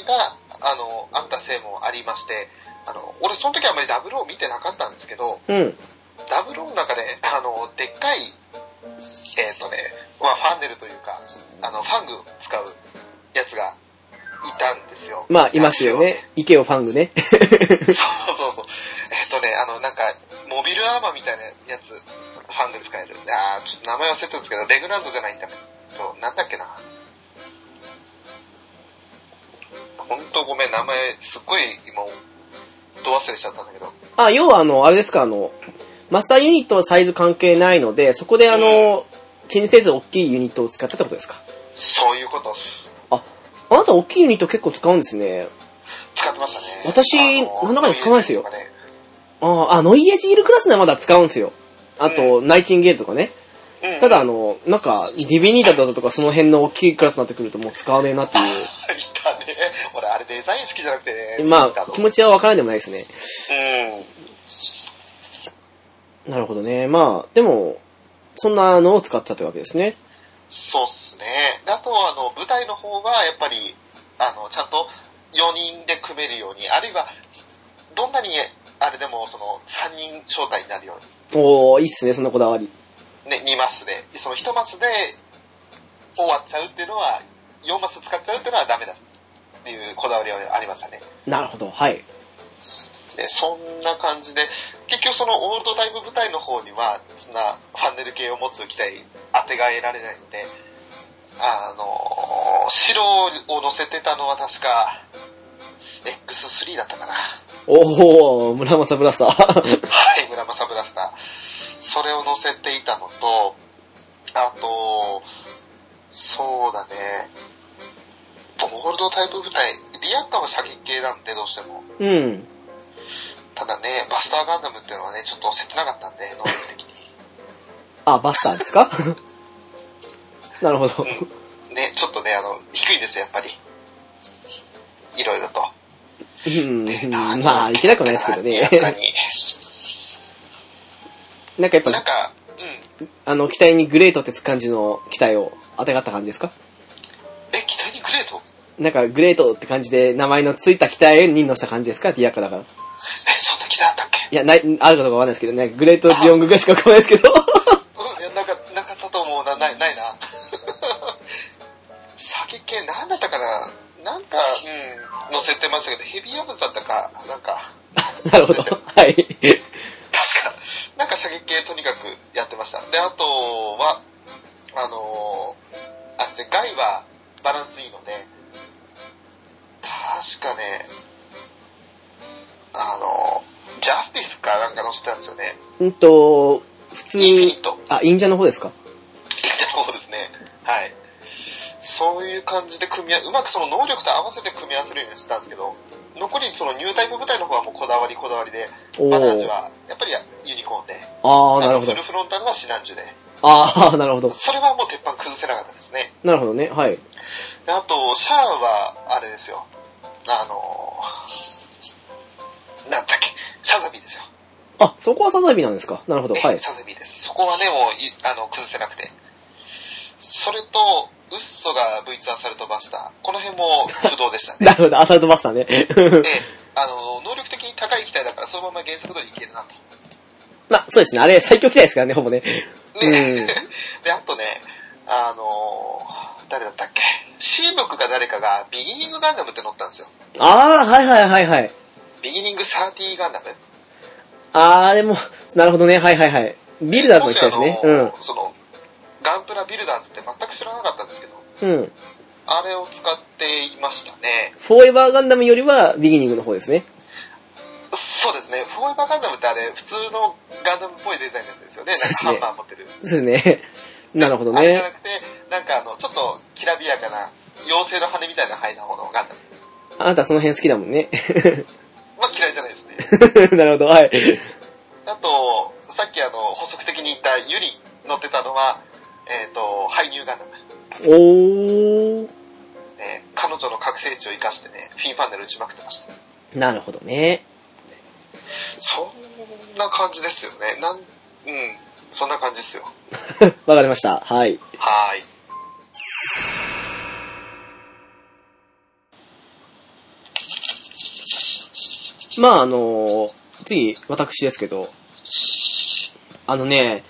が、あの、あったせいもありまして、あの、俺その時あんまりダブルを見てなかったんですけど、
うん。
ダブルの中で、 あの、でっかい、えっ、とね、まあ、ファンネルというか、あの、ファング使うやつがいたんですよ。
まあ、いますよね。池をファングね。
そうそうそう。えっとね、あの、なんか、モビルアーマーみたいなやつ、ファンで使える。あー、ちょっと名前忘れてたんですけど、レグランドじゃないんだけど、なんだっけな。ほんとごめん、名前、すっごい今、ど忘れしちゃったんだけど。
あ、要はあの、あれですか、あの、マスターユニットはサイズ関係ないので、そこであの、気にせず大きいユニットを使ったってことですか。
そういうことっす。
あ、あなた大きいユニット結構使うんですね。
使ってましたね。
私真ん中に使わないですよ
とかね
あーあ、ノイエジールクラスならまだ使うんですよ。あと、ナイチンゲールとかね。
うん、
ただあの、なんか、ディビニータだとかその辺の大きいクラスになってくるともう使わねえなっていう。
いたね。俺、あれデザイン好きじゃなくてね。
ま
好きだ
あ
と、
気持ちはわからんでもないですね。
うん。
なるほどね。まあ、でも、そんなのを使ったというわけですね。
そうっすね。であとは、あの、舞台の方は、やっぱり、あの、ちゃんと4人で組めるように、あるいは、どんなに、あれでも、その、3人招待になるよう
おー、いいっすね、そのこだわり。
に、ね、2マスで、その1マスで終わっちゃうっていうのは、4マス使っちゃうっていうのはダメだっていうこだわりはありましたね。
なるほど、はい。
で、そんな感じで、結局そのオールドタイプ舞台の方には、そんなファンネル系を持つ機体、当てが得られないので、あのー白を乗せてたのは確か、X3 だったかな。は
おー、村正ブラスター。
い、グラマサブラスター。それを乗せていたのと、あと、そうだね、オールドタイプ舞台、リアッカーは射撃系なんでどうしても。
うん。
ただね、バスターガンダムっていうのはね、ちょっと切なかったんで、能力的に。
あ、バスターですか なるほど。
ね、ちょっとね、あの、低いですよ、やっぱり。いろいろと。
うん、まあ、行きたくないですけどね。
明らかに
なんかやっ
なん
ぱ、
か、うん。
あの、期待にグレートってつく感じの期待を当てがった感じですか
え、期待にグレート
なんか、グレートって感じで、名前のついた期待に乗した感じですかディアッカだから。い
え、そんな期待あったっけ
や、ない、あるかどうかわかんないですけどね、グレートジオングがしか来ないですけど。
うん、いや、なんか、なかったと思うな、ない、ないな。 詐欺系、なんだったかななんか、うん、載せてましたけど、ヘビーアブズだったか、なんか、
なるほど。はい。
確か、なんか射撃系とにかくやってました。で、あとは、あのー、あ、で、ガイはバランスいいので、確かね、あのー、ジャスティスかなんか載せてたんですよね。
うんと、普通
インフィニ
に
ッ、ト。
あ、忍者の方ですか
そうですね。はい。そういう感じで組み合わうまくその能力と合わせて組み合わせるようにしたんですけど、残りそのニュータイプ部隊の方はもうこだわりこだわりで、
お
バナージュ
ー。
はやっぱりユニコーンで、
あー、なるほ
あの
ど
フル。フロンタルはシナンジュで、
あー、なる ほど。
それはもう鉄板崩せなかったですね。
なるほどね。はい。
であと、シャアは、あれですよ。あのー、なんだっけ、サザビーですよ。
あ、そこはサザビなんですかなるほど。は
え
い。
サザビーです。そこはね、もうい、あの、崩せなくて。それと、ウッソが V2 アサルトバスター。この辺も不動でした ね。
なるほど、アサルトバスターね。
で、あの、能力的に高い機体だから、そのまま原作通りいけるなと。
まあ、そうですね。あれ、最強機体ですからね、ほぼね。
ね、で、 あとね、あのー誰だったっけシーブックか誰かが、ビギニングガンダムって乗ったんですよ。
あー、はいはいはいはい。
ビギニング30ガンダム。
あー、でも、なるほどね。はいはいはい。ビルダーズの機体ですね。
当時あのーその、ガンプラビルダーズって全く知らなかったんですけど、
うん。うん。
あれを使っていましたね。
フォーエバーガンダムよりは、ビギニングの方ですね。
そうですね。フォーエバーガンダムってあれ、普通のガンダムっぽいデザインのやつですよね。なんか
そう
ハ
ですね
ンマー持ってる。
そうですね。 なるほど
あれじゃな
ね。
くて、なんかあの、ちょっときらびやかな、妖精の羽みたいな羽の方のガンダム。
あなたその辺好きだもんね。
まあ嫌いじゃないですね。
なるほど、はい。
あと、さっきあの、補足的に言ったユリ乗ってたのは、えっ、と、ハイニューガンダム。
おー。
ね、彼女の覚醒値を生かしてね、フィンファンネル打ちまくってました。
なるほどね。
そんな感じですよね。なん、うん、そんな感じですよ。
わかりました。はい。
はーい。
まああの次、私ですけど、あのね、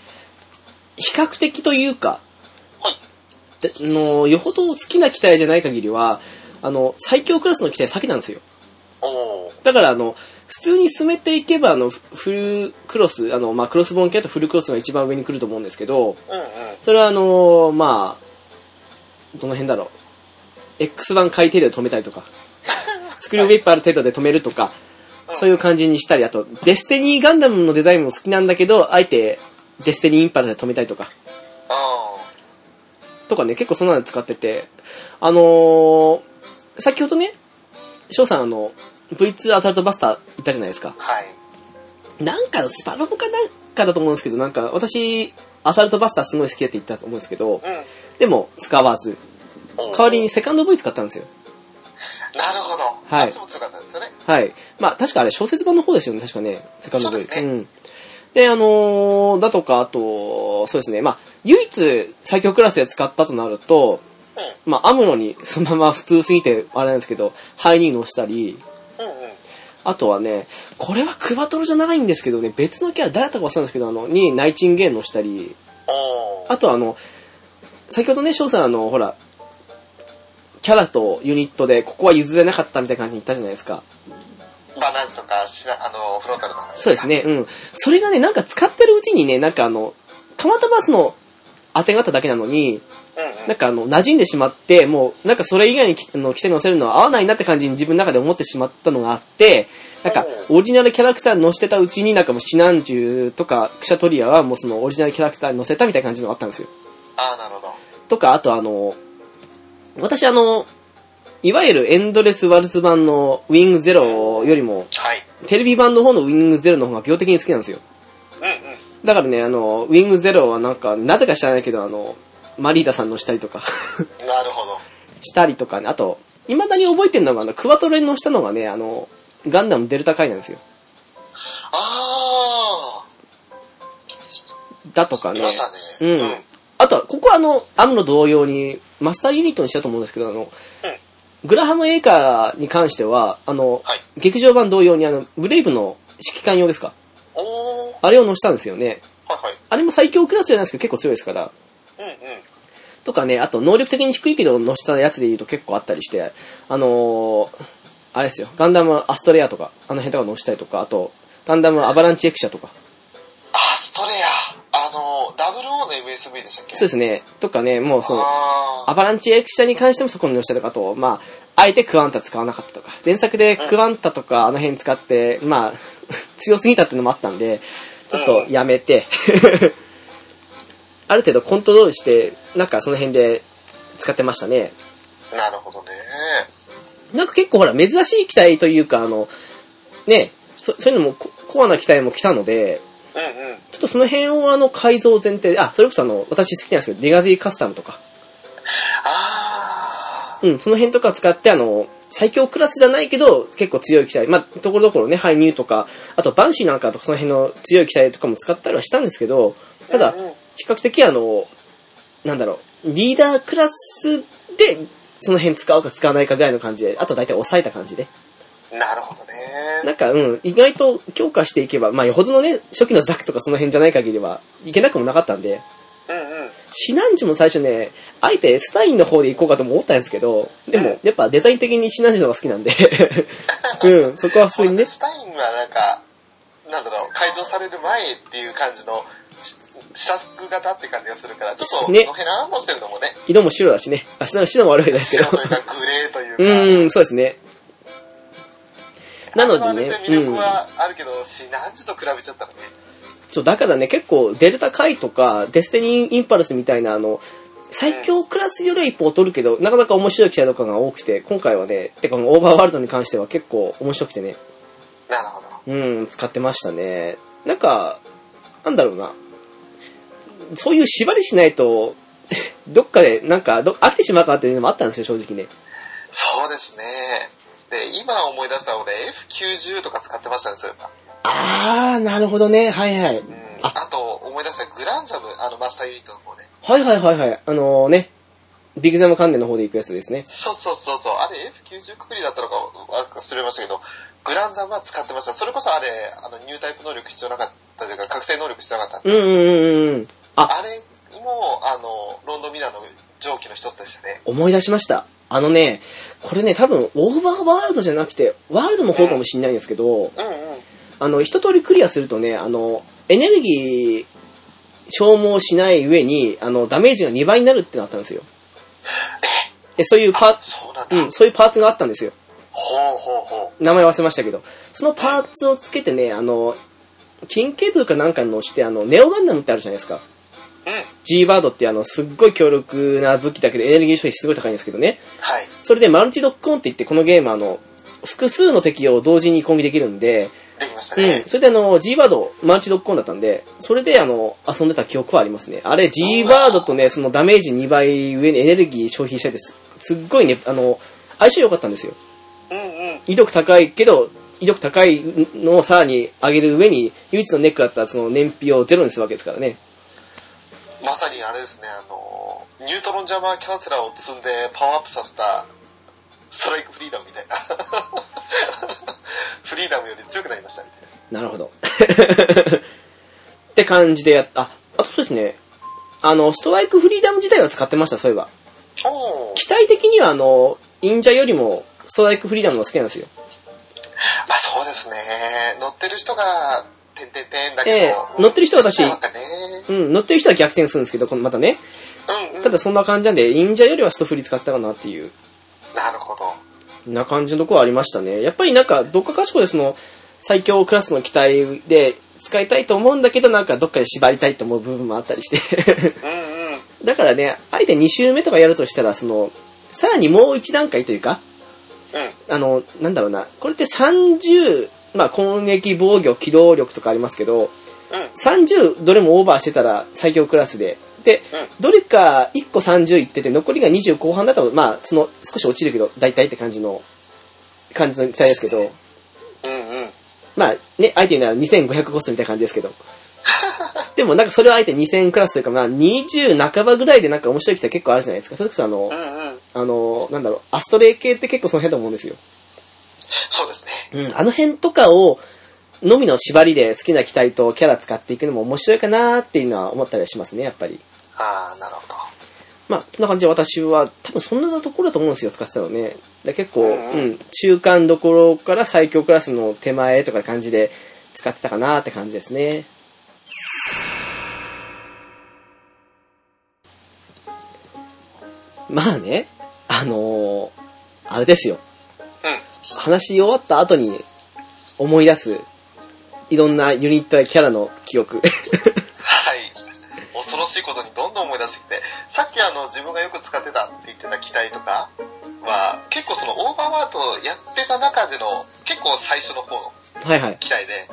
比較的というか、
はい。
であのよほど好きな機体じゃない限りは、あの、最強クラスの機体先なんですよ。
おー。
だから、あの、普通に進めていけば、あの、フフルクロス、あの、まあ、クロスボーン系だとフルクロスが一番上に来ると思うんですけど、
うんうん。
それはあのまあ、どの辺だろう。X1 回程度で止めたりとか、スクリューウィップある程度で止めるとか、そういう感じにしたり、あと、デスティニーガンダムのデザインも好きなんだけど、あえて、デスティニーインパルで止めたりとか、
あ
とかね、結構そんなの使ってて、あのー、先ほどね、翔さんあの、V2 アサルトバスター行ったじゃないですか
ー。はい。
なんかのスパロボかなんかだと思うんですけど、なんか私、アサルトバスターすごい好きだって言ったと思うんですけど、
う
でも使わず、
ん。
代わりに。セカンド V 使ったんですよ。
なるほど。
はい
あっちも強かったですよね。
はい。まあ、確かあれ、小説版の方ですよね、確かね。セカンドブイ
そうですね
うん。で、あのーだとか、あと、そうですね、まあ、唯一最強クラスで使ったとなると、まあ、アムロにそのまま普通すぎて、あれなんですけど、ハイニーのしたり、
うん。うんうん。
あとはね、これはクバトルじゃないんですけどね、別のキャラ、誰だったか忘れたんですけど、あの、にナイチンゲーンのしたり、
おー。
あとはあの、先ほどね、翔さんあの、ほら、キャラとユニットで、ここは譲れなかったみたいな感じに言ったじゃないですか。
バナーズとか、しなあの、フロンタルの話。
そうですね、うん。それがね、なんか使ってるうちにね、なんかあの、たまたまその、当てがあっただけなのに、
うんうん。
なんかあの、馴染んでしまって、もう、なんかそれ以外にきあの規定乗せるのは合わないなって感じに自分の中で思ってしまったのがあって、なんか、オリジナルキャラクター乗せてたうちになんかもう、シナンジュとか、クシャトリアはもうそのオリジナルキャラクターに乗せたみたいな感じのがあったんですよ。
ああ、なるほど。
とか、あとあの、私あの、いわゆるエンドレスワルツ版のウィングゼロよりも、
はい。
テレビ版の方のウィングゼロの方が病的に好きなんですよ。
うんうん。
だからね、あの、ウィングゼロはなんか、なぜか知らないけど、あの、マリーダさんのしたりとか、
なるほど。
したりとかね、あと、未だに覚えてるのが、あの、クワトレに乗したのがね、あの、ガンダムデルタ回なんですよ。
あ
だとか
ー、
ね
い。ましたね。
うんあとは、ここはあの、アムロ同様に、マスターユニットにしたと思うんですけど、あの、グラハム・エイカーに関しては、あの、
はい
劇場版同様に、あの、ブレイブの指揮官用ですか
おー、
あれを乗したんですよね。
はい
あれも最強クラスじゃないですけど、結構強いですから。
はい。うんうん。
とかね、あと能力的に低いけど乗したやつで言うと結構あったりして、あのーあれですよ、ガンダムアストレアとか、あの辺とか乗したりとか、あと、ガンダムアバランチエクシャとか、
あ、ストレア。あの、00の MSV でしたっけ
そうで
う
すね、とかね、もうその、
あ
アバランチエクシャに関してもそこに乗したりとか、あと、まあ、あえてクワンタ使わなかったとか、前作でクワンタとかあの辺使って、まあ、 強すぎたってのもあったんで、ちょっとやめて、 ある程度コントロールして、なんかその辺で使ってましたね。
ー。なるほどね。
なんか結構ほら、珍しい機体というか、あの、ね、そそういうのもココアな機体も来たので、
うんうん。
ちょっとその辺をあの改造前提で、あ、それこそあの、私好きなんですけど、ディガゼーカスタムとか、
あ
うん、その辺とか使ってあの、最強クラスじゃないけど、結構強い機体、まあ、ところどころね、ハイニューとか、あとバンシーなんかとかその辺の強い機体とかも使ったりはしたんですけど、
ー。
ただ
うん、うん
比較的あの、なんだろう、リーダークラスで、その辺使うか使わないかぐらいの感じで、あと大体抑えた感じで。
なるほどね。
なんか、うん、意外と強化していけば、まあ、よほどのね、初期のザクとかその辺じゃない限りは、いけなくもなかったんで、
うんうん。
シナンジも最初ね、あえてスタインの方で行こうかとも思ったんですけど、でも、やっぱデザイン的にシナンジの方が好きなんで、うん、そこは普通にね
ス、タインはなんか、なんだろう、改造される前っていう感じの、し試作型って感じがするから、ちょっと、
ね
のへらーんとしてるのもね、
色も白だしね、あ、シナンジ白も悪いですけど
白という、かグレーという
う
か、
ん、そうですね。なの
あれはあ
で
れ
ね、
で魅
う
力
ん。
はあるけど、シナンジと比べちゃったらね、
そう、だからね、結構、デルタカイとか、デスティニーインパルスみたいな、あの、最強クラスよりは一歩を取るけど、なかなか面白い機体とかが多くて、今回はね、てかこのオーバーワールドに関しては結構面白くてね、
なるほど。
うん、使ってましたね。なんか、なんだろうな。そういう縛りしないと、 どっかで、なんか、ど飽きてしまうかなっていうのもあったんですよ、正直ね。
そうですね。で、今思い出した俺 F90 とか使ってましたね、そういえば。
あー、なるほどね。はいはい。
うん。
あ
あと、思い出したグランザム、あの、マスターユニットの方で。
はいはいはいはい。あのね、ビッグザム関連の方で行くやつですね。
そうそうそうそう。あれ F90 くくりだったのか忘れましたけど、グランザムは使ってました。それこそあれ、あの、ニュータイプ能力必要なかったというか、覚醒能力必要なかった。
うんうんうんうん。あ、
あれも、あの、ロンドンミラーの蒸気の一つでしたね。
思い出しました。あのね、これね、多分、オーバーワールドじゃなくて、ワールドの方かもしんないんですけど、
うんうん。
あの、一通りクリアするとね、あの、エネルギー消耗しない上に、あの、ダメージが2倍になるってなったんですよ。で、そういうパーツ、
そうなんだ。
うん、そういうパーツがあったんですよ。
ほうほうほう。
名前忘れましたけど。そのパーツをつけてね、あの、金系というかなんかに乗して、あの、ネオガンダムってあるじゃないですか。
うん。
G バードってあの、すっごい強力な武器だけど、エネルギー消費すごい高いんですけどね。
はい。
それでマルチドッグオンって言って、このゲームあの、複数の敵を同時に攻撃できるんで、
できました
うん
ね。。
それであの、G バード、マルチドッグオンだったんで、それであの、遊んでた記憶はありますね。あれ、G バードとね、そのダメージ2倍上にエネルギー消費してて、すすっごいね、あの、相性良かったんですよ。
うんうん。
威力高いけど、威力高いのをさらに上げる上に、唯一のネックだったその燃費をゼロにするわけですからね。
まさにあれですね、あの、ニュートロンジャマーキャンセラーを積んでパワーアップさせた、ストライクフリーダムみたいな。 フリーダムより強くなりましたみたいな。
なるほど。って感じでやった。あ、あとそうですね。あの、ストライクフリーダム自体は使ってました、そういえば。
おー
機体的にはあの、忍者よりも、ストライクフリーダムの方が好きなんですよ。
まあそうですね。乗ってる人が、てんてんてんだけど、
ええ乗ってる人は私
なんかね、
うん、乗ってる人は逆転するんですけど、このまたね。
うん、うん。
ただそんな感じなんで、忍者よりはストフリ使ってたかなっていう、
なるほど。
な感じのところはありましたね。やっぱりなんか、どっかかしこでその、最強クラスの機体で使いたいと思うんだけど、なんかどっかで縛りたいと思う部分もあったりして。
うんうん。
だからね、あえて2周目とかやるとしたら、その、さらにもう1段階というか、
うん。
あの、なんだろうな、これって30、まあ攻撃、防御、機動力とかありますけど、
うん。
30どれもオーバーしてたら最強クラスで、で、
うん
どれか1個30いってて、残りが20後半だと、まあ、その、少し落ちるけど、大体って感じの、感じの期待ですけど、
うんうん。
まあね、相手になら2500コストみたいな感じですけど。でもなんかそれを相手2000クラスというか、まあ20半ばぐらいでなんか面白い機体結構あるじゃないですか。それこそあの
う、んうん。
あの、なんだろう、アストレイ系って結構その辺だと思うんですよ。
そうですね。
うん、あの辺とかを、のみの縛りで好きな機体とキャラ使っていくのも面白いかなーっていうのは思ったりはしますね、やっぱり。
ああ、なるほど。
まあ、そんな感じで私は、多分そんなところだと思うんですよ、使ってたのね。で結構、
うん
うん、中間どころから最強クラスの手前とか感じで使ってたかなーって感じですね。まあね、あのーあれですよ。
うん。
話し終わった後に思い出す、いろんなユニットやキャラの記憶。
はい。恐ろしいことにどんどん思い出してきて、さっきあの自分がよく使ってたって言ってた機体とかは、結構そのオーバーワードをやってた中での、結構最初の方の
はいはい。
機体で、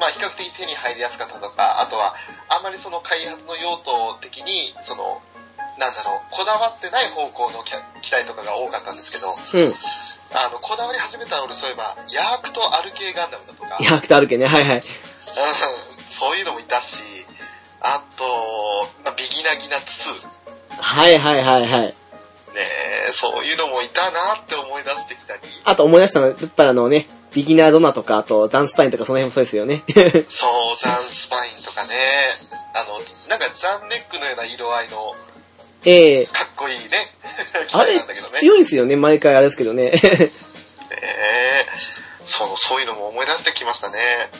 まあ比較的手に入りやすかったとか、あとはあんまりその開発の用途的に、その、なんだろう、こだわってない方向の機機体とかが多かったんですけど、
うん。
あの、こだわり始めたの俺そういえば、ヤークとアルケーガンダムだとか、
ヤークとアルケね、はいはい。
うんそういうのもいたし、あと、まあビギナギナツツ、
はいはいはいはい。
ねえ、そういうのもいたなって思い出してきたり、
あと思い出したのは、やっぱりあのね、ビギナードナとか、あとザンスパインとかその辺もそうですよね。
そう、ザンスパインとかね、あの、なんかザンネックのような色合いの、
ええ
かっこいいね、機
あ
体
れ
なんだけど、ね。
強いですよね、毎回あれですけどね。
ねえそう、そういうのも思い出してきましたね。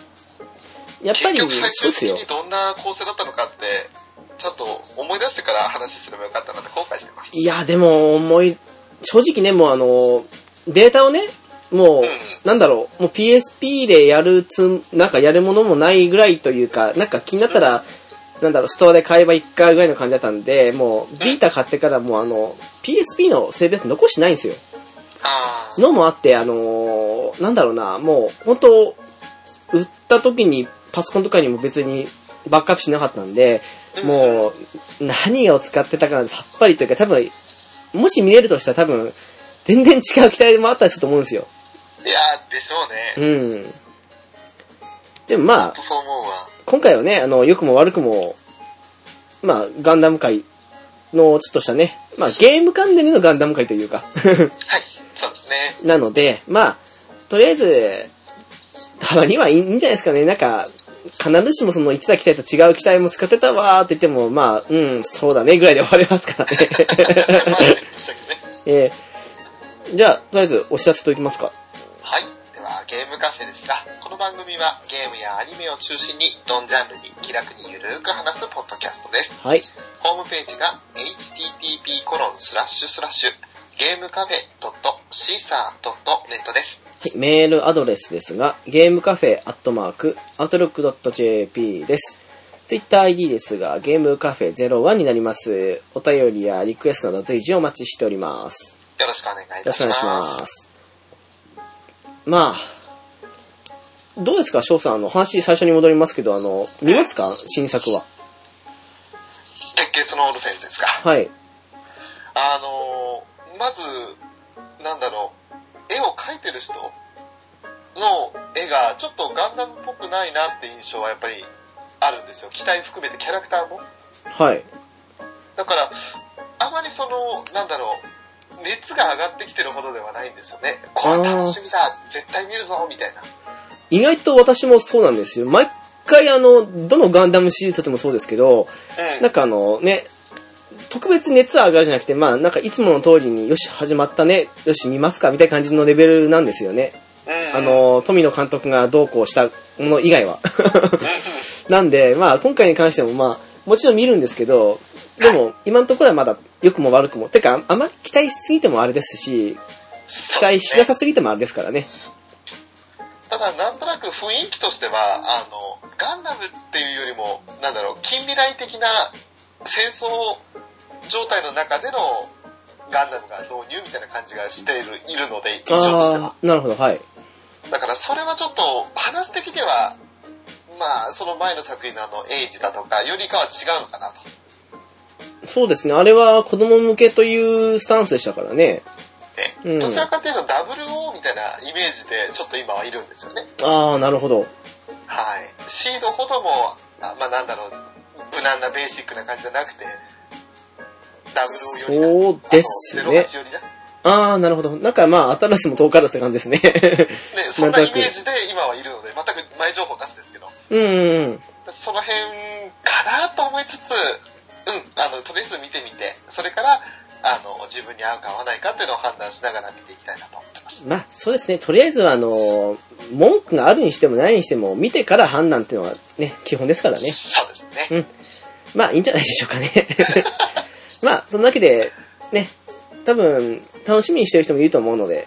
やっぱり、そうで
結局最終
す
的
よ
に。どんな構成だったのかって、ちゃんと思い出してから話すればよかったなって後悔してます。
いや、でも、思い、正直ね、もうあの、データをね、もう、
うん
なんだろう、もう PSP でやるつん、なんかやるものもないぐらいというか、なんか気になったら、なんだろう、ストアで買えば1回ぐらいの感じだったんで、もう、ビータ買ってからもうあの、PSP のセーブって残してないんですよ。
ああ、
のもあって、あのーなんだろうな、もう、本当売った時にパソコンとかにも別にバックアップしなかったんで、もう、何を使ってたかなんてさっぱりというか、多分、もし見えるとしたら多分、全然違う機体もあったりすると思うんですよ。
いやー、でしょうね。
うん。でもまあ
本当、そう思うわ。
今回はね、あの、良くも悪くも、まあ、ガンダム界のちょっとしたね、まあ、ゲーム関連でのガンダム界というか、
はい、そうですね。
なので、まあ、とりあえず、たまにはいいんじゃないですかね。なんか、必ずしもその言ってた機体と違う機体も使ってたわーって言っても、まあ、うん、そうだねぐらいで終わりますからね。
まあねぶっちゃけね
えーじゃあ、とりあえずお知らせといきますか。
はい。では、ゲームカフェですが、この番組はゲームやアニメを中心に、どんジャンルに気楽にゆるーく話すポッドキャストです。
はい。
ホームページが http:// コロンスラッシュスラッシュゲームカフェ .caesar.net です。
はい、メールアドレスですが、ゲームカフェアットマーク、アトロックドット JP です。ツイッター ID ですが、ゲームカフェ01になります。お便りやリクエストなど随時お待ちしております。
よろしくお願いい
よろ
た
しくお願
し
いしま
ます。
す。まあ、どうですか、翔さん、あの、話最初に戻りますけど、あの、見ますか新作は。
鉄血のオルフェンズですか。
はい。
あのーまず、なんだろう、絵を描いてる人の絵がちょっとガンダムっぽくないなって印象はやっぱりあるんですよ。機体含めてキャラクターも。
はい。
だから、あまりその、なんだろう、熱が上がってきてるほどではないんですよね。これは楽しみだ絶対見るぞみたいな。
意外と私もそうなんですよ。毎回、あの、どのガンダムシリーズとてもそうですけど、
うん
なんかあの、ね、特別熱は上がるじゃなくて、まあ、なんかいつもの通りによし、始まったね、よし、見ますか、みたいな感じのレベルなんですよね。
うん
あ、の、富野監督がどうこうしたもの以外は。 なんで、まあ、今回に関しても、まあ、もちろん見るんですけど、でも、今のところはまだ、良くも悪くも。てか、あまり期待しすぎてもあれですし、期待しなさすぎてもあれですからね。
ただ、なんとなく雰囲気としては、あの、ガンダムっていうよりも、なんだろう、近未来的な戦争状態の中でのガンダムが導入みたいな感じがしているいるので、印象としては
あ。あ、なるほど、はい。
だから、それはちょっと、話的には、まあ、その前の作品のあの、エイジだとか、よりかは違うのかなと。
そうですね、あれは子供向けというスタンスでしたからね。
ね
うん
どちらかというと WO みたいなイメージでちょっと今はいるんですよね。
ああ、なるほど。
はい。シードほども、あまあなんだろう、無難なベーシックな感じじゃなくて、WO よりな
そうですね
あの08よりな。
ああ、なるほど。なんかまあ、新しも遠からずって感じですね。
ね、そんな
なん
イ
となく
メージで今はいるので、全く前情報なしですけど、
うんうんうん。
その辺かなと思いつつ、うん、あの、とりあえず見てみて、それから、あの、自分に合うか合わないかっていうのを判断しながら見ていきたいなと思ってます。
まあ、そうですね。とりあえずは、あの、文句があるにしてもないにしても、見てから判断っていうのはね、基本ですからね。
そうですね。
まあ、いいんじゃないでしょうかね。 まあ、そんなわけで、ね、多分、楽しみにしてる人もいると思うので、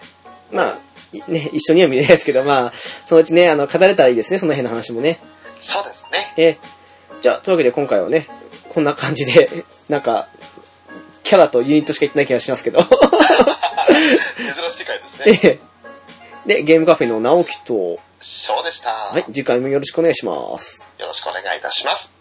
まあ、いね、一緒には見れないですけど、まあ、そのうちね、あの、語れたらいいですね、その辺の話もね。
そうです ね。
えーじゃあ、というわけで今回はね、こんな感じで、なんか、キャラとユニットしか言ってない気がしますけど。
珍しい回です
え
ね。
ーで、ゲームカフェの直樹と、
ショーでした。
はい、次回もよろしくお願いします。
よろしくお願いいたします。